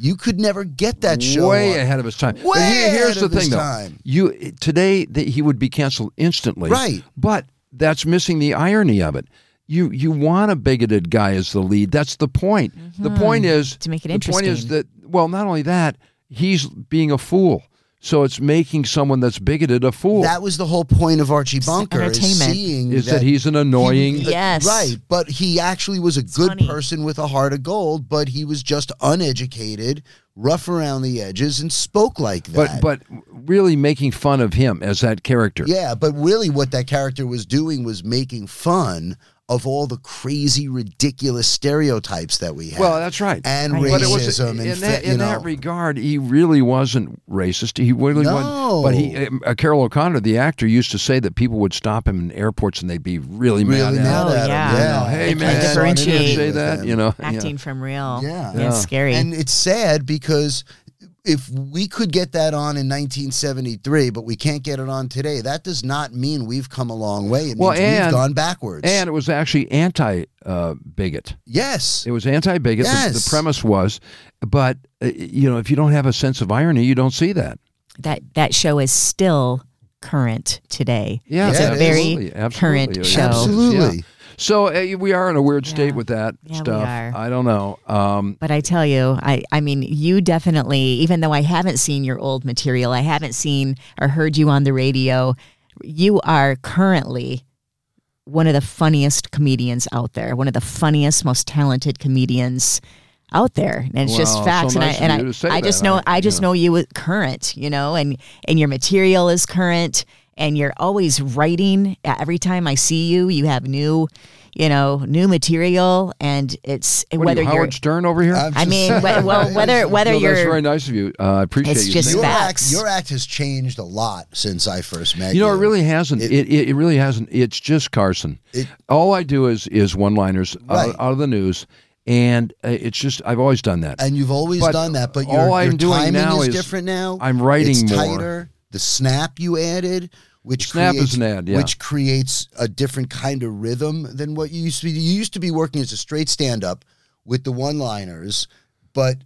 S2: You could never get that show.
S3: way
S2: on-
S3: ahead of his time.
S2: Way
S3: but here-
S2: ahead
S3: here's the
S2: of
S3: thing,
S2: his
S3: though.
S2: time.
S3: You today that he would be canceled instantly,
S2: Right.
S3: But that's missing the irony of it. You you want a bigoted guy as the lead. That's the point. The point is
S1: Mm-hmm. To make it
S3: the point is
S1: interesting.
S3: that well, not only that, he's being a fool. So it's making someone that's bigoted a fool.
S2: That was the whole point of Archie Bunker is
S1: entertainment.
S2: seeing
S3: is that,
S2: that
S3: he's an annoying
S1: He- Yes.
S2: Right. But he actually was a good
S1: funny.
S2: person with a heart of gold, but he was just uneducated, rough around the edges, and spoke like that.
S3: but but really making fun of him as that character.
S2: yeah, but really what that character was doing was making fun of all the crazy, ridiculous stereotypes that we have.
S3: Well, that's right.
S2: and
S1: Right. But it was-
S2: racism and
S3: in
S2: fa-
S3: that,
S2: you
S3: in
S2: know.
S3: that regard, he really wasn't racist. He really
S2: No.
S3: wasn't. But he, uh, Carol O'Connor, the actor, used to say that people would stop him in airports and they'd be really, mad.
S2: really
S3: at
S2: mad
S1: Oh,
S2: at him.
S1: yeah.
S2: yeah.
S3: Hey
S1: They
S3: man,
S1: can't
S3: you didn't
S1: differentiate.
S3: say that. You know, yeah.
S1: Acting from real.
S2: Yeah.
S1: yeah. It's scary.
S2: And it's sad because if we could get that on in 1973, but we can't get it on today, that does not mean we've come a long way. It means
S3: Well,
S2: we've
S3: and-
S2: gone backwards.
S3: And it was actually anti uh, bigot.
S2: yes,
S3: It was anti bigot. The,
S2: Yes.
S3: the premise was, but uh, you know, if you don't have a sense of irony, you don't see that.
S1: that that show is still current today.
S3: Yeah,
S1: it's a
S2: it
S1: very
S3: absolutely, absolutely.
S1: current
S3: It
S1: show.
S2: Absolutely.
S3: Yeah. So uh, we are in a weird state
S1: Yeah.
S3: with that
S1: Yeah, we
S3: stuff.
S1: are.
S3: I don't know. Um,
S1: But I tell you, I, I mean, you definitely, even though I haven't seen your old material, I haven't seen or heard you on the radio, you are currently one of the funniest comedians out there, one of the funniest, most talented comedians out there. And it's just
S3: Wow, so
S1: facts.
S3: nice of
S1: and I,
S3: you
S1: and
S3: to say
S1: I, I just
S3: that.
S1: know,
S3: I-
S1: I, just
S3: yeah.
S1: know you as current, you know, and, and your material is current and you're always writing. Uh, Every time I see you, you have new, you know, new material and it's
S3: what
S1: whether
S3: are you,
S1: are
S3: Howard Stern over here?
S2: I'm
S1: I
S2: just-
S1: mean, wh- well, whether whether
S3: No, that's
S1: you're
S3: very nice of you. Uh, I appreciate
S1: It's
S3: you.
S1: just
S3: saying
S2: your
S3: that.
S2: act,
S1: facts.
S2: your act has changed a lot since I first met you.
S3: You know, it really hasn't. It, it, it really hasn't. It's just Carson.
S2: It-
S3: All I do is is one liners
S2: Right.
S3: out, out of the news, and uh, it's just I've always done that.
S2: and you've always
S3: But
S2: done that, but
S3: all
S2: your, your
S3: I'm doing
S2: timing
S3: now
S2: is,
S3: is
S2: different now.
S3: I'm writing
S2: it's
S3: more.
S2: tighter. The snap you added, which
S3: snap
S2: creates,
S3: is an ad, yeah.
S2: which creates a different kind of rhythm than what you used to be. You used to be working as a straight stand up with the one liners, but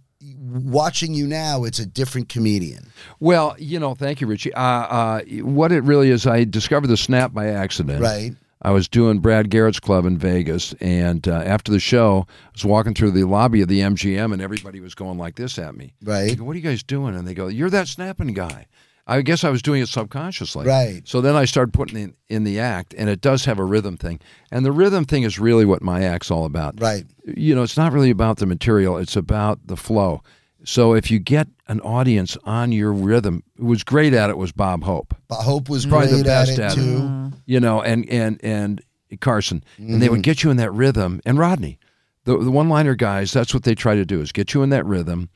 S2: watching you now, it's a different comedian.
S3: well, you know, thank you, Richie. Uh, uh, what it really is, I discovered the snap by accident.
S2: Right.
S3: I was doing Brad Garrett's club in Vegas, and uh, after the show, I was walking through the lobby of the MGM, and everybody was going like this at me.
S2: Right.
S3: I go, what are you guys doing? And they go, you're that snapping guy. I guess I was doing it subconsciously.
S2: Right.
S3: So then I started putting in, in the act, and it does have a rhythm thing. And the rhythm thing is really what my act's all about.
S2: Right.
S3: You know, it's not really about the material, it's about the flow. So if you get an audience on your rhythm, who was great at it was Bob Hope
S2: But Hope was
S3: probably
S2: great
S3: the best
S2: at it
S3: at it. Mm.
S2: too.
S3: you know, and and and Carson, and they would get you in that rhythm. And Rodney, the the one liner guys, that's what they try to do is get you in that rhythm.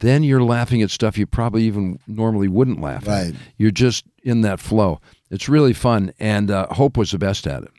S3: Then you're laughing at stuff you probably even normally wouldn't laugh
S2: Right.
S3: at. You're just in that flow. It's really fun, and uh, Hope was the best at it.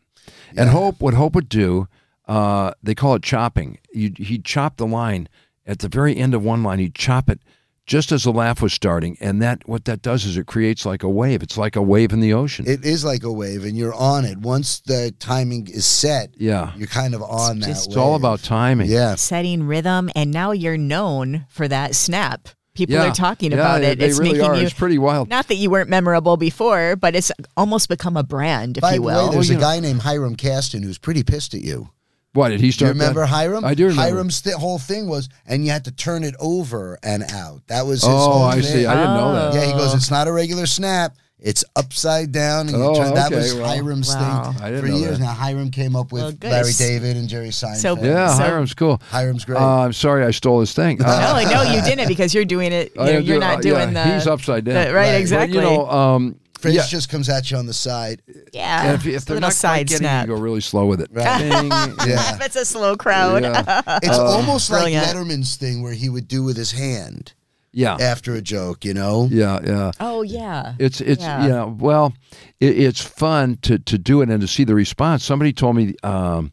S3: And Hope, what Hope would do, uh, they call it chopping. You, he'd chop the line at the very end of one line. He'd chop it just as the laugh was starting, and that what that does is it creates like a wave. It's like a wave in the ocean.
S2: It is like a wave, and you're on it. Once the timing is set,
S3: Yeah.
S2: you're kind of on that.
S1: just-
S3: It's all
S2: wave.
S3: about timing.
S2: yeah.
S1: setting rhythm, and now you're known for that snap. People
S3: Yeah.
S1: are talking
S3: Yeah,
S1: about
S3: they-
S1: it.
S3: They
S1: it's
S3: really
S1: making
S3: are.
S1: you
S3: It's pretty wild.
S1: not that you weren't memorable before, but it's almost become a brand, if you
S2: By the way,
S1: will.
S2: there's
S3: you Oh,
S2: a
S3: know-
S2: guy named Hiram Caston who's pretty pissed at you.
S3: Why did he
S2: Do you
S3: start? that?
S2: remember Hiram?
S3: I do remember.
S2: Hiram's th- whole thing was, and you had to turn it over and out. That was his
S3: Oh,
S2: whole
S3: I
S2: thing.
S3: see. I didn't know that.
S2: yeah, he goes, it's not a regular snap. It's upside down. And you
S3: Oh,
S2: turn. That
S3: okay,
S2: was
S3: well.
S2: Hiram's
S1: Wow.
S2: thing
S3: I didn't
S2: for
S3: know
S2: years.
S3: that.
S2: Now, Hiram came up with
S1: Well, good.
S2: Larry
S1: It's-
S2: David and Jerry Seinfeld.
S1: So-
S3: Yeah,
S1: So-
S3: Hiram's cool.
S2: Hiram's great.
S3: Uh, I'm sorry, I stole his thing. Uh,
S1: no, no, you didn't because you're doing it.
S3: I
S1: You're,
S3: do-
S1: you're not
S3: uh,
S1: doing
S3: yeah,
S1: the.
S3: He's upside down.
S1: the- right,
S2: Right.
S1: exactly.
S3: But, you know, um,
S2: Phrase
S3: Yeah.
S2: just comes at you on the side.
S1: Yeah.
S3: And if, if they're
S1: little
S3: not
S1: side
S3: quite getting it,
S1: snap.
S3: you go really slow with it.
S2: Right.
S3: Bing,
S2: Yeah.
S1: That's a slow crowd.
S3: Yeah.
S2: It's almost like
S1: brilliant. Uh.
S2: Letterman's thing where he would do with his hand
S3: yeah,
S2: after a joke, you know?
S3: yeah, yeah.
S1: Oh yeah.
S3: It's it's
S1: Yeah.
S3: yeah. well, it, it's fun to to do it and to see the response. Somebody told me, um,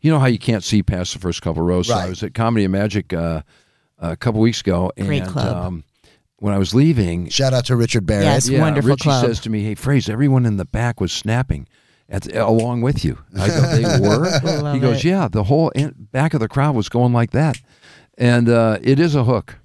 S3: you know how you can't see past the first couple rows. So
S2: Right.
S3: I was at Comedy and Magic uh, a couple weeks ago, and
S1: Great club.
S3: Um, when I was leaving,
S2: Shout out to Richard Barrett.
S1: Yes. It's a wonderful
S3: Richie
S1: club.
S3: says to me, "Hey, Phrase, everyone in the back was snapping." At the, along with you, I go. They were.
S1: Love
S3: he goes,
S1: it.
S3: yeah. The whole in, back of the crowd was going like that, and uh, it is a hook.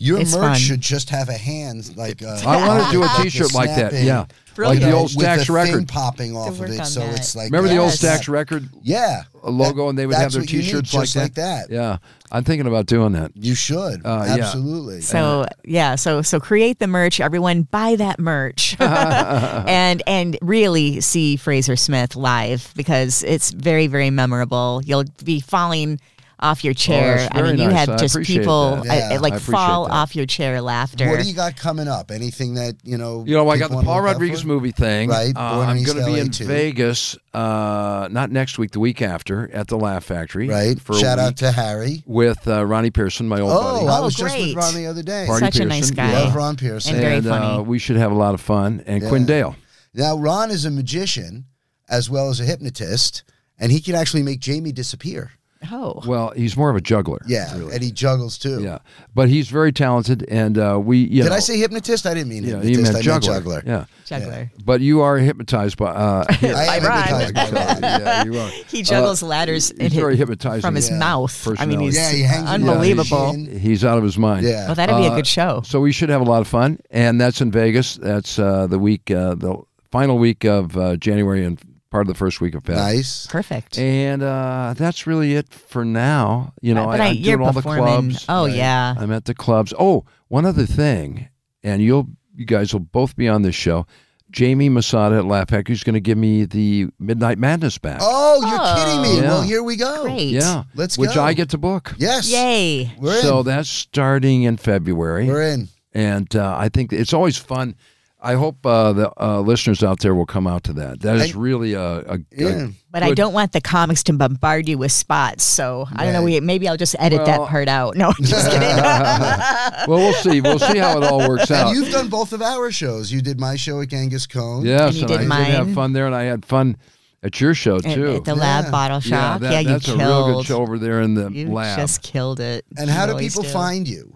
S2: Your
S1: It's
S2: merch
S1: fun.
S2: should just have a hand like uh,
S3: I want to do
S2: like
S3: a T-shirt like that.
S2: snapping,
S3: Yeah,
S1: Brilliant.
S3: like
S2: you
S3: the
S2: know,
S3: old
S2: with the
S3: Stax
S2: thing
S3: record.
S2: popping off
S1: work
S2: of it,
S1: on
S2: so
S1: that.
S2: it's like
S3: Remember the old
S1: Yes.
S3: Stax record
S2: Yeah,
S3: a logo, and they would have
S2: that's
S3: their
S2: what you need,
S3: T-shirts
S2: just
S3: like,
S2: like that.
S3: Yeah, I'm thinking about doing that.
S2: You should
S3: Uh, yeah.
S2: absolutely.
S1: So
S3: Uh-huh.
S1: yeah, so so create the merch. Everyone buy that merch, and and really see Fraser Smith live because it's very very memorable. You'll be falling off your chair.
S3: Oh, that's
S1: I mean,
S3: very
S1: you
S3: nice.
S1: have
S3: I
S1: just
S3: appreciate
S1: people
S2: that.
S1: I- I,
S2: Yeah,
S1: like
S3: I appreciate
S1: fall
S3: that.
S1: off your chair laughter.
S2: What do you got coming up? Anything that you know?
S3: You know, I got
S2: people wanna
S3: the Paul
S2: look out
S3: Rodriguez
S2: for?
S3: movie thing.
S2: Right,
S3: Uh,
S2: Born in
S3: I'm
S2: East
S3: going to be
S2: LA
S3: in
S2: too.
S3: Vegas, uh, not next week, the week after, at the Laugh Factory.
S2: Right.
S3: For
S2: Shout
S3: a
S2: out
S3: week
S2: to Harry.
S3: with uh, Ronnie Pearson, my old
S2: Oh,
S3: buddy.
S2: I was just
S1: great.
S2: with Ron the other day.
S3: Party
S1: Such a nice
S3: Pearson,
S1: guy.
S2: Love Ron Pearson.
S1: And very
S3: and Uh,
S1: funny.
S3: we should have a lot of fun. And
S2: Yeah.
S3: Quinn Dale.
S2: Now, Ron is a magician as well as a hypnotist, and he can actually make Jamie disappear.
S1: oh,
S3: Well, he's more of a juggler.
S2: Yeah,
S3: really.
S2: and he juggles too.
S3: Yeah, but he's very talented, and uh, we. You
S2: Did
S3: know,
S2: I say hypnotist? I didn't mean
S3: Yeah,
S2: hypnotist.
S3: you
S2: I
S3: meant
S2: meant
S3: juggler.
S2: juggler.
S3: Yeah,
S1: juggler.
S3: but you are hypnotized by. Uh,
S2: I am
S1: Ron.
S2: hypnotized by Ron.
S3: yeah, you are.
S1: He
S3: Uh,
S1: juggles ladders in
S3: He's
S1: his-
S3: very hypnotizing.
S1: from his
S2: Yeah.
S1: mouth. I mean,
S3: Personality.
S1: he's
S2: Yeah, he hangs in the
S1: unbelievable.
S2: machine.
S3: He's out of his mind.
S2: Yeah.
S1: Well, that'd be
S3: Uh,
S1: a good show.
S3: So we should have a lot of fun, and that's in Vegas. That's uh, the week, uh, the final week of uh, January, and part of the first week of Feb.
S2: Nice.
S1: Perfect.
S3: And uh, that's really it for now. You know,
S1: Uh, but
S3: I,
S1: I,
S3: am
S1: you're
S3: doing all the
S1: performing.
S3: clubs.
S1: oh yeah.
S3: I'm at the clubs. Oh, one other thing, and you'll, you guys will both be on this show. Jamie Masada at Laugh Factory is going to give me the Midnight Madness back.
S2: Oh, you're
S1: Oh.
S2: kidding me. Well,
S3: Yeah.
S2: here we go.
S1: Great.
S3: yeah,
S2: Let's
S3: which
S2: go.
S3: I get to book.
S2: Yes.
S1: Yay.
S2: We're in.
S3: so that's starting in February.
S2: We're in.
S3: and uh, I think it's always fun. I hope uh, the uh, listeners out there will come out to that. That is
S2: And-
S3: really a, a, a
S2: Yeah.
S1: But I
S3: Good.
S1: don't want the comics to bombard you with spots, so I don't know. we-
S2: Right.
S1: Maybe I'll just edit
S3: Well-
S1: that part out. No, I'm just kidding.
S3: well. We'll see. We'll see how it all works
S2: And
S3: out.
S2: you've done both of our shows. You did my show at Genghis Cone.
S3: Yes,
S1: And you
S3: and,
S1: did
S3: I did have
S1: mine.
S3: fun there, and I had fun at your show
S1: at,
S3: too.
S1: at the lab
S2: Yeah.
S1: bottle
S3: yeah,
S1: shop. Yeah,
S3: that-
S1: you
S3: that's
S1: killed.
S3: a real good show over there in the
S1: You
S3: lab.
S1: just killed it.
S2: And how
S1: You
S2: do
S1: always
S2: people find you?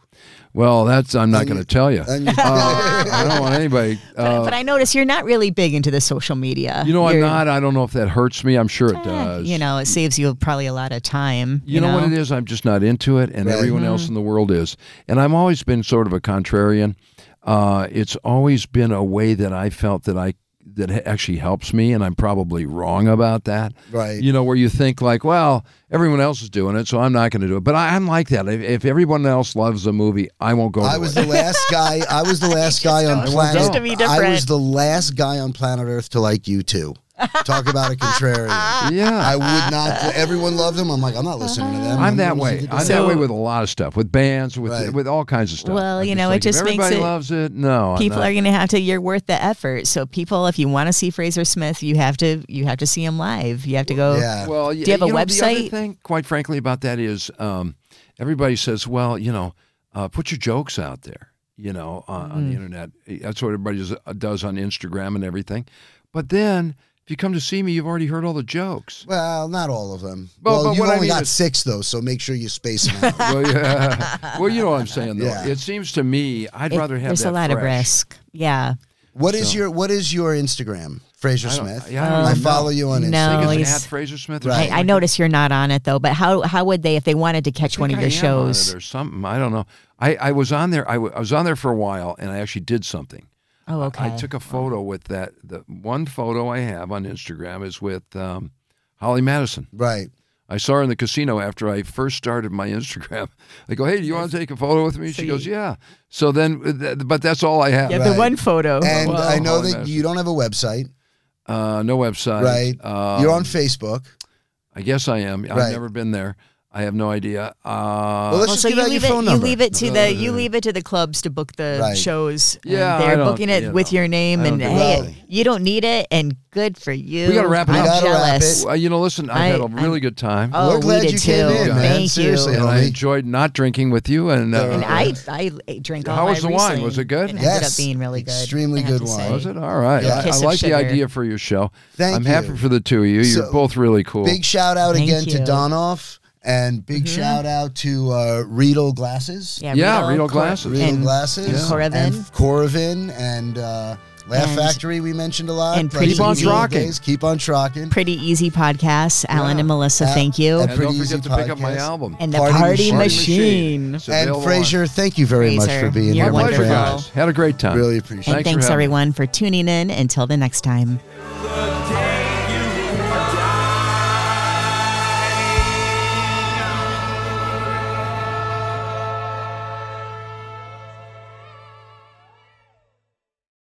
S3: Well, that's I'm not
S2: And
S3: going
S2: you-
S3: to tell you.
S2: And you-
S3: Uh, I don't want anybody. Uh,
S1: but I notice you're not really big into the social media.
S3: you know, I'm
S1: You're-
S3: not. I don't know if that hurts me. I'm sure it
S1: eh,
S3: does.
S1: You know, it saves you probably a lot of time.
S3: You, know, what it is? I'm just not into it, and
S2: Right. Mm-hmm.
S3: everyone else in the world is. And I've always been sort of a contrarian. Uh, it's always been a way that I felt that I that ha- actually helps me, and I'm probably wrong about that.
S2: Right.
S3: You know, where you think like, well, everyone else is doing it, so I'm not going to do it. But I, I'm like that. If, if everyone else loves a movie, I won't go.
S2: I
S3: to
S2: was
S3: it.
S2: the last guy. I was the last guy on
S1: don't-
S2: planet.
S1: Just to be
S2: I was
S1: different.
S2: the last guy on planet Earth to like you two. Talk about a contrarian. I
S3: yeah.
S2: would not. Everyone loved him. I'm like, I'm not listening to them.
S3: I, am that
S2: gonna
S3: way.
S2: listen to
S3: I'm
S2: this.
S3: that
S1: So-
S3: way with a lot of stuff, with bands, with
S2: Right.
S3: with all kinds of stuff.
S1: Well,
S3: I'm
S1: you know, it
S3: like, if
S1: just makes
S3: everybody
S1: it-
S3: loves it. No, I'm
S1: people
S3: not.
S1: are going to have to you're worth the effort so people if you want to see fraser smith you have to you have to see him live you have to go
S2: Yeah.
S3: Well,
S1: you have a
S3: know, The other
S1: website?
S3: thing, quite frankly, about that is um, everybody says, well, you know, uh, put your jokes out there, you know, on, on
S1: Mm.
S3: the internet. E, That's what everybody does, uh, does on Instagram and everything. But then if you come to see me, you've already heard all the jokes.
S2: Well, not all of them.
S3: Well,
S2: well,
S3: but
S2: you
S3: what I
S2: only
S3: mean
S2: got
S3: is-
S2: six though, so make sure you space them out.
S3: well, yeah. well, you know what I'm saying, though.
S2: Yeah.
S3: It seems to me I'd
S1: It-
S3: rather have
S1: there's
S3: that
S1: a lot of
S3: fresh.
S1: risk yeah
S2: What is your What is your Instagram, Fraser
S3: I don't-
S2: Smith?
S3: yeah, I don't
S2: I
S3: even know.
S2: follow you on
S1: No,
S2: Instagram.
S3: I think it's
S1: he's-
S3: at Fraser Smith.
S2: Right.
S1: Oh, I, I notice you're not on it though but how how would they if they wanted to catch one of your
S3: think I am on it
S1: shows
S3: or something. I don't know. I, I was on there. I wa- I was on there for a while, and I actually did something.
S1: oh okay
S3: I took a photo with that. The one photo I have on Instagram is with um, Holly Madison.
S2: Right.
S3: I saw her in the casino after I first started my Instagram. I go, hey, do you want to take a photo with me? She goes, yeah. So then, uh, th- but that's all I have.
S1: yeah
S2: Right.
S1: the one photo
S2: And
S3: Oh, Well,
S2: I know
S3: Holly
S2: that
S3: Madison.
S2: you don't have a website,
S3: Uh, no website.
S2: right?
S3: Um,
S2: You're on Facebook.
S3: I guess I am. I've
S2: Right.
S3: never been there. I have no idea. Uh,
S2: Well, let's
S1: Well,
S2: just
S1: so
S2: give
S1: you
S2: out
S1: leave
S2: your phone
S1: it. You
S2: number.
S1: leave it to
S2: Uh,
S1: the you leave it to the clubs to book the
S2: Right.
S1: shows. and
S3: Yeah, I
S1: they're
S3: don't-
S1: booking it
S3: you
S1: with
S3: know,
S1: your name,
S3: I
S1: and
S3: don't
S2: do
S1: hey,
S2: that.
S1: you don't need it, and good for you.
S3: gotta wrap it
S1: I'm
S3: up. Uh,
S2: Gotta wrap
S1: jealous.
S3: well, you know, listen, I
S1: I-
S3: had a
S1: I'm-
S3: really good time.
S1: Oh,
S2: We're
S1: we
S2: glad
S1: did
S2: you
S1: too.
S2: came in, man.
S1: Thank
S2: Seriously,
S1: you.
S3: and I
S2: homie.
S3: enjoyed not drinking with you. And uh,
S1: And I I drank all
S3: How
S1: my
S3: was the wine?
S1: Riesling,
S3: Was it good?
S1: And ended
S2: Yes.
S1: up being really good.
S2: Extremely
S1: I have
S2: good
S1: to
S2: wine.
S1: say.
S3: was it all right?
S2: Yeah.
S3: I, I
S1: Kiss of
S3: like the
S1: sugar.
S3: idea for your show.
S2: Thank
S3: I'm
S2: you.
S3: happy for the two of you. You're
S2: So,
S3: both really cool.
S2: Big shout out
S1: Thank
S2: again to
S1: you. Mm-hmm.
S2: Donoff and big shout out to uh, Riedel Glasses.
S1: Yeah,
S3: Yeah, Riedel
S1: Cor-
S3: glasses.
S2: Riedel
S1: and-
S2: Glasses.
S1: and Coravin.
S2: And Coravin and uh, Laugh
S1: And-
S2: Factory, we mentioned a lot.
S1: and
S2: Like,
S1: Pretty
S2: keep on
S1: Easy.
S2: trucking. Keep on trucking.
S1: Pretty easy podcast. Alan
S3: Yeah.
S1: and Melissa,
S2: Al-
S1: thank you.
S2: and
S3: and don't
S2: Pretty
S3: forget
S2: Easy
S3: to pick up my
S2: Podcast.
S3: album.
S1: And the
S2: Party
S1: party,
S2: Machine. Party
S1: machine.
S3: It's
S2: and
S3: available on-
S2: Fraser, thank you very much
S1: Fraser,
S2: for being
S1: you're
S2: here,
S3: My
S2: my
S3: pleasure,
S1: wonderful.
S2: friend.
S3: guys. Had a great time.
S2: Really appreciate it.
S1: And
S3: Thanks for
S1: thanks
S3: having me.
S1: everyone for tuning in. Until the next time.